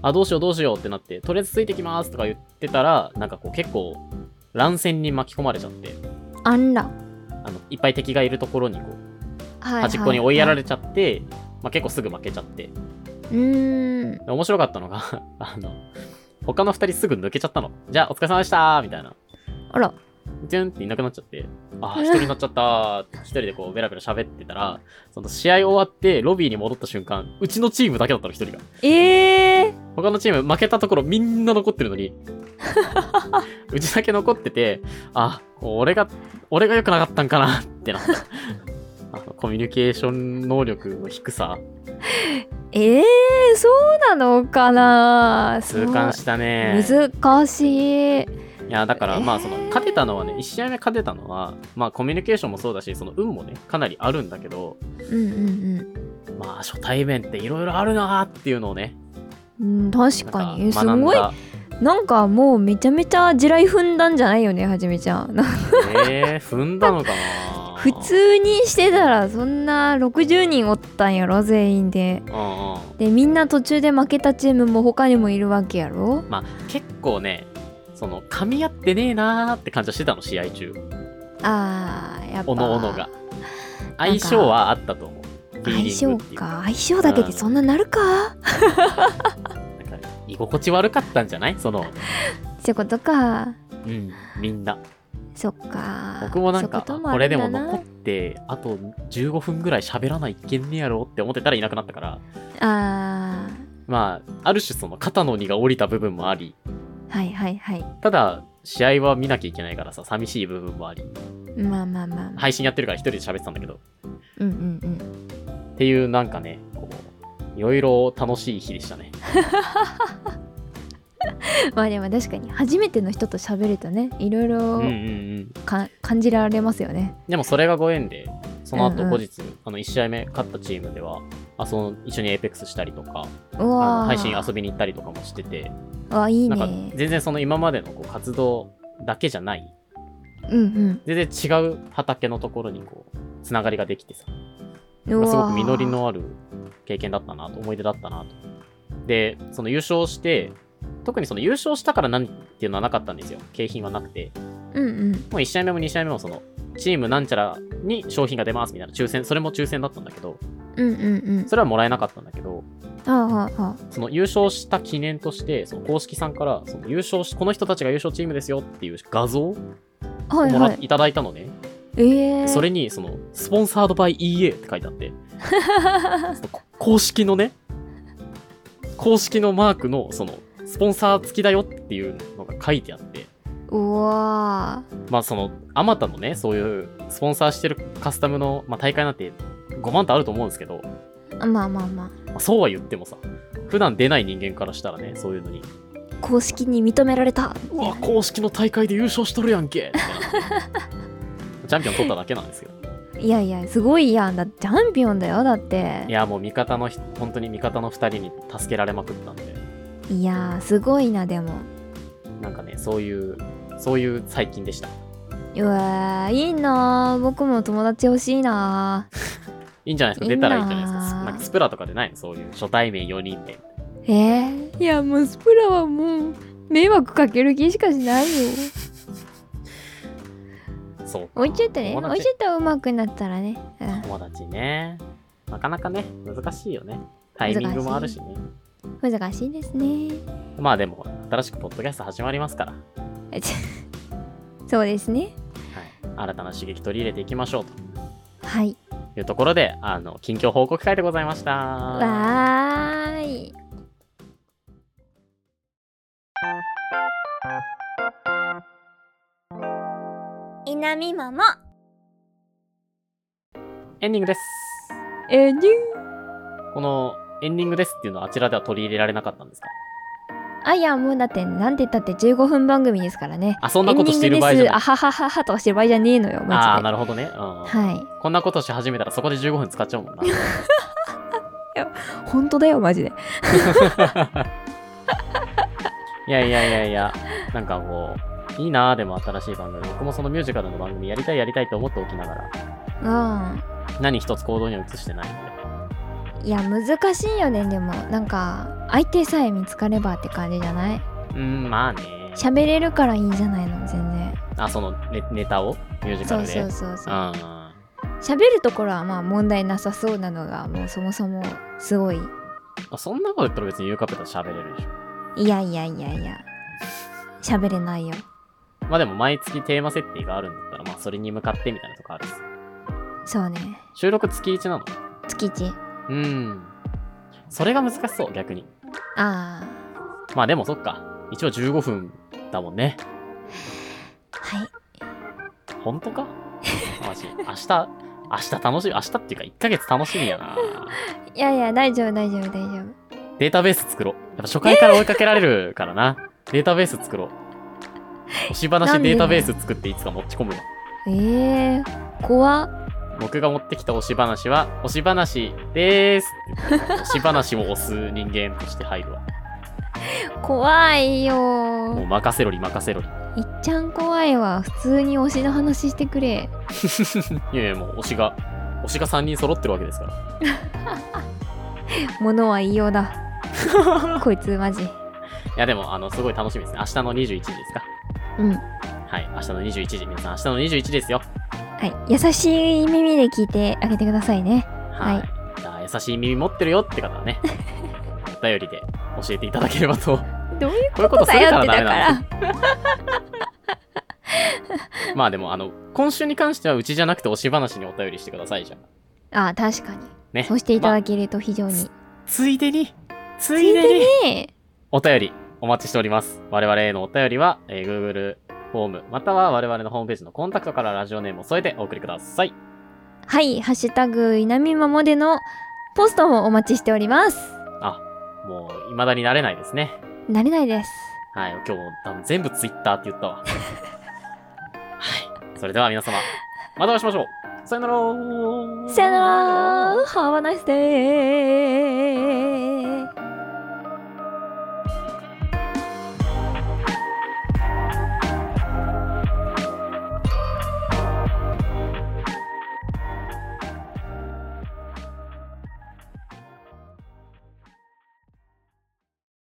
[SPEAKER 1] あ、どうしようどうしようってなって、とりあえずついてきますとか言ってたら、なんかこう結構乱戦に巻き込まれちゃって、
[SPEAKER 2] あんら
[SPEAKER 1] あの、いっぱい敵がいるところにこう、
[SPEAKER 2] はい
[SPEAKER 1] 端っこに追いやられ
[SPEAKER 2] れ
[SPEAKER 1] ちゃって、まあ結構すぐ負けちゃって、
[SPEAKER 2] うーん
[SPEAKER 1] で面白かったのが、 あの、他の二人すぐ抜けちゃったの。じゃあお疲れ様でしたーみたいな。
[SPEAKER 2] あら
[SPEAKER 1] ジュンっていなくなっちゃって、あー、一人になっちゃったーって一人でこうベラベラ喋ってたら、その試合終わってロビーに戻った瞬間、うちのチームだけだったの、一人が。
[SPEAKER 2] ええ
[SPEAKER 1] 他のチーム負けたところみんな残ってるの にうちだけ残っててあ俺が俺が良くなかったんかなってなった あのコミュニケーション能力の低さ
[SPEAKER 2] ええそうなのかな
[SPEAKER 1] 痛感したね
[SPEAKER 2] そう難しい
[SPEAKER 1] いやだからまあその
[SPEAKER 2] えー
[SPEAKER 1] 勝てたのはね1試合目勝てたのはまあコミュニケーションもそうだしその運もねかなりあるんだけど
[SPEAKER 2] うんうん
[SPEAKER 1] まあ初対面っていろいろあるなーっていうのをね
[SPEAKER 2] うん、うん、確
[SPEAKER 1] なん
[SPEAKER 2] か
[SPEAKER 1] か
[SPEAKER 2] にえす
[SPEAKER 1] 学ん
[SPEAKER 2] ごい
[SPEAKER 1] だ
[SPEAKER 2] なんかもうめちゃめちゃ地雷踏んだんじゃないよねはじめちゃんなんか
[SPEAKER 1] えー、踏んだのかな
[SPEAKER 2] 普通にしてたらそんな60人おったんやろ全員で
[SPEAKER 1] うんうん
[SPEAKER 2] でみんな途中で負けたチームも他にもいるわけやろ
[SPEAKER 1] まあ結構ねその噛み合ってねえなーって感じはしてたの試合中
[SPEAKER 2] あーやっぱ
[SPEAKER 1] おのおのが相性はあったと思うフィー
[SPEAKER 2] 相
[SPEAKER 1] リン
[SPEAKER 2] 性
[SPEAKER 1] グっていう
[SPEAKER 2] か相性だけでそんななるか、
[SPEAKER 1] なんか居心地悪かったんじゃないその
[SPEAKER 2] ってことか
[SPEAKER 1] うんみんな
[SPEAKER 2] そっか
[SPEAKER 1] 僕もなんか
[SPEAKER 2] そういう
[SPEAKER 1] これでも
[SPEAKER 2] あるんだな
[SPEAKER 1] 残ってあと15分ぐらい喋らないといけんねやろって思ってたらいなくなったから
[SPEAKER 2] あ
[SPEAKER 1] まあある種その肩の荷が下りた部分もあり
[SPEAKER 2] ーはいはいはい
[SPEAKER 1] ただ試合は見なきゃいけないからさ寂しい部分もあり
[SPEAKER 2] まあまあまあ、まあ
[SPEAKER 1] 配信やってるから一人で喋ってたんだけど
[SPEAKER 2] うんうん
[SPEAKER 1] っていうなんかねこういろいろ楽しい日でしたね
[SPEAKER 2] うんまあでも確かに初めての人と喋るとねいろい
[SPEAKER 1] うんうんう
[SPEAKER 2] ろ
[SPEAKER 1] ん
[SPEAKER 2] か感じられますよね
[SPEAKER 1] でもそれがご縁でその
[SPEAKER 2] う
[SPEAKER 1] 後
[SPEAKER 2] んうん
[SPEAKER 1] 後日、あの1試合目勝ったチームではあその一緒にエイペックスしたりとか
[SPEAKER 2] う
[SPEAKER 1] あ
[SPEAKER 2] わ
[SPEAKER 1] の
[SPEAKER 2] ー
[SPEAKER 1] 配信遊びに行ったりとかもしてて
[SPEAKER 2] わいい
[SPEAKER 1] なんか
[SPEAKER 2] ね
[SPEAKER 1] 全然その今までのこう活動だけじゃない
[SPEAKER 2] うん
[SPEAKER 1] 全然違う畑のところにこうつながりができてさ
[SPEAKER 2] うんうわー
[SPEAKER 1] すごく実りのある経験だったなと思い出だったなとでその優勝して特にその優勝したから何っていうのはなかったんですよ景品はなくて
[SPEAKER 2] うんうん
[SPEAKER 1] もう1試合目も2試合目もその、チームなんちゃらに商品が出ますみたいな抽選、それも抽選だったんだけど、
[SPEAKER 2] うんうんうん
[SPEAKER 1] それはもらえなかったんだけど、
[SPEAKER 2] あああああ
[SPEAKER 1] その優勝した記念として、その公式さんから、その優勝し、この人たちが優勝チームですよっていう画像を
[SPEAKER 2] あはい
[SPEAKER 1] もら
[SPEAKER 2] は
[SPEAKER 1] っ
[SPEAKER 2] い
[SPEAKER 1] いただいたのね。
[SPEAKER 2] ええ
[SPEAKER 1] それに、その、スポンサードバイ EA って書いてあって、そのこ公式のね、公式のマークの、その、スポンサー付きだよっていうのが書いてあって、
[SPEAKER 2] うわ
[SPEAKER 1] まあその、あまたのね、そういうスポンサーしてるカスタムの、まあ、大会なんて5万とあると思うんですけど、
[SPEAKER 2] ーまあまあまあ
[SPEAKER 1] まあそうは言ってもさ、普段出ない人間からしたらね、そういうのに、
[SPEAKER 2] 公式に認められた
[SPEAKER 1] うわ、公式の大会で優勝しとるやんけってなチャンピオン取っただけなんですよ。
[SPEAKER 2] いやいやすごいやんだってチャンピオンだよだって
[SPEAKER 1] いや、もう味方の人、本当に味方の2人に助けられまくったんで、
[SPEAKER 2] いやーすごいなでも
[SPEAKER 1] なんかね、そういう、そういう最近でした。
[SPEAKER 2] うわーいいなー僕も友達欲しいない
[SPEAKER 1] いんじゃないですか、出たらいいんじゃないです
[SPEAKER 2] いいな
[SPEAKER 1] か。
[SPEAKER 2] あ
[SPEAKER 1] なんかスプラとかでないのそういう初対面4人で。
[SPEAKER 2] ーえー、いやもうスプラはもう迷惑かける気しかしないよ
[SPEAKER 1] そうか。
[SPEAKER 2] おいちょっとね
[SPEAKER 1] 友
[SPEAKER 2] おい
[SPEAKER 1] 達
[SPEAKER 2] ちょっと上手くなったらね、
[SPEAKER 1] 友達ねなかなかね難しいよねタイミングもあるしね
[SPEAKER 2] うん、難しいですね
[SPEAKER 1] まあでも新しくポッドキャスト始まりますから、は
[SPEAKER 2] そうですね
[SPEAKER 1] い、新たな刺激取り入れていきましょう
[SPEAKER 2] はい
[SPEAKER 1] というところであの近況報告会でございました
[SPEAKER 2] わーい
[SPEAKER 3] 南もも
[SPEAKER 1] エンディングです。
[SPEAKER 2] えにゅ
[SPEAKER 1] このエンディングですっていうのはあちらでは取り入れられなかったんですか
[SPEAKER 2] あいやもうだってなんて言ったって15分番組ですからね
[SPEAKER 1] あ、そんなことしている場合
[SPEAKER 2] エン
[SPEAKER 1] じ
[SPEAKER 2] ディングで
[SPEAKER 1] ゃ
[SPEAKER 2] す
[SPEAKER 1] な
[SPEAKER 2] あ
[SPEAKER 1] い。
[SPEAKER 2] ははははとかしてる場合じゃねえのよ
[SPEAKER 1] ああー、
[SPEAKER 2] マ
[SPEAKER 1] なるほどね。うん。
[SPEAKER 2] ジではい
[SPEAKER 1] こんなことし始めたらそこで15分使っちゃうもんな。
[SPEAKER 2] 本当だよマジで
[SPEAKER 1] いやいやいやいや、なんかこう、いいなぁ、でも新しい番組。僕もそのミュージカルの番組やりたいやりたいと思っておきながら、
[SPEAKER 2] うん
[SPEAKER 1] 何一つ行動には移してないので。
[SPEAKER 2] いや難しいよねでもなんか相手さえ見つかればって感じじゃない
[SPEAKER 1] うん、まあね。
[SPEAKER 2] 喋れるからいいんじゃないの全然
[SPEAKER 1] あ、そのネネタをミュージカ
[SPEAKER 2] そ
[SPEAKER 1] ル
[SPEAKER 2] う
[SPEAKER 1] で。
[SPEAKER 2] そうそうそう
[SPEAKER 1] うん。
[SPEAKER 2] 喋るところはまあ問題なさそうなのがもうそもそもすごい
[SPEAKER 1] あそんなこと言ったら別にユーカペタ喋れるでしょ。
[SPEAKER 2] いやいやいやいや喋れないよ
[SPEAKER 1] まあでも毎月テーマ設定があるんだったら、まあそれに向かってみたいなとこあるっす。
[SPEAKER 2] そうね
[SPEAKER 1] 収録月1なの
[SPEAKER 2] 月一
[SPEAKER 1] うん。それが難しそう、逆に。
[SPEAKER 2] ああ
[SPEAKER 1] まあでもそっか。一応15分だもんね。
[SPEAKER 2] はい
[SPEAKER 1] 本当かマジ。明日、明日楽しみ、明日っていうか1ヶ月楽しみやな。
[SPEAKER 2] いやいや大丈夫大丈夫大丈夫
[SPEAKER 1] データベース作ろう。やっぱ初回から追いかけられるからな。データベース作ろう。押し話データベース作っていつか持ち込むわ。
[SPEAKER 2] ええー、怖っ
[SPEAKER 1] 僕が持ってきた押し話は、押し話でーす。押し話を押す人間として入るわ。
[SPEAKER 2] 怖いよ
[SPEAKER 1] もう
[SPEAKER 2] ー
[SPEAKER 1] 任せろり任せろり。
[SPEAKER 2] いっちゃん怖いわ普通に推しの話してくれ
[SPEAKER 1] いやいやもう推しが、推しが3人揃ってるわけですから。
[SPEAKER 2] 物は言いようだ こいつマジ
[SPEAKER 1] いやでも、あの、すごい楽しみですね。明日の21時ですか
[SPEAKER 2] うん
[SPEAKER 1] はい、明日の21時、皆さん明日の21時ですよ。
[SPEAKER 2] はい優しい耳で聞いてあげてくださいね
[SPEAKER 1] はい。
[SPEAKER 2] はい
[SPEAKER 1] じゃあ、優しい耳持ってるよって方 はね、お便りで教えていただければと。 こ
[SPEAKER 2] どういう
[SPEAKER 1] ういうことするからダメな
[SPEAKER 2] だ
[SPEAKER 1] んです。まあでも、あの、今週に関しては、うちじゃなくて、推し話にお便りしてくださいじゃん。
[SPEAKER 2] ああ確かに
[SPEAKER 1] ね。
[SPEAKER 2] そうしていた
[SPEAKER 1] まあ
[SPEAKER 2] だけると非常に、
[SPEAKER 1] ついでに、ついでに、
[SPEAKER 2] ね
[SPEAKER 1] お便り、お待ちしております。我々へのお便りは、えー Google フォーム、または我々のホームページのコンタクトからラジオネームを添えてお送りください。
[SPEAKER 2] はい「ハッシュタグいなみまも」でのポストもお待ちしております
[SPEAKER 1] もう、未だに慣れないですね。
[SPEAKER 2] なれないです
[SPEAKER 1] はい、今日も多分全部ツイッターって言 ったわ。はい。それでは皆様、またお会いしましょう。さよなら
[SPEAKER 2] さよなら Have a nice day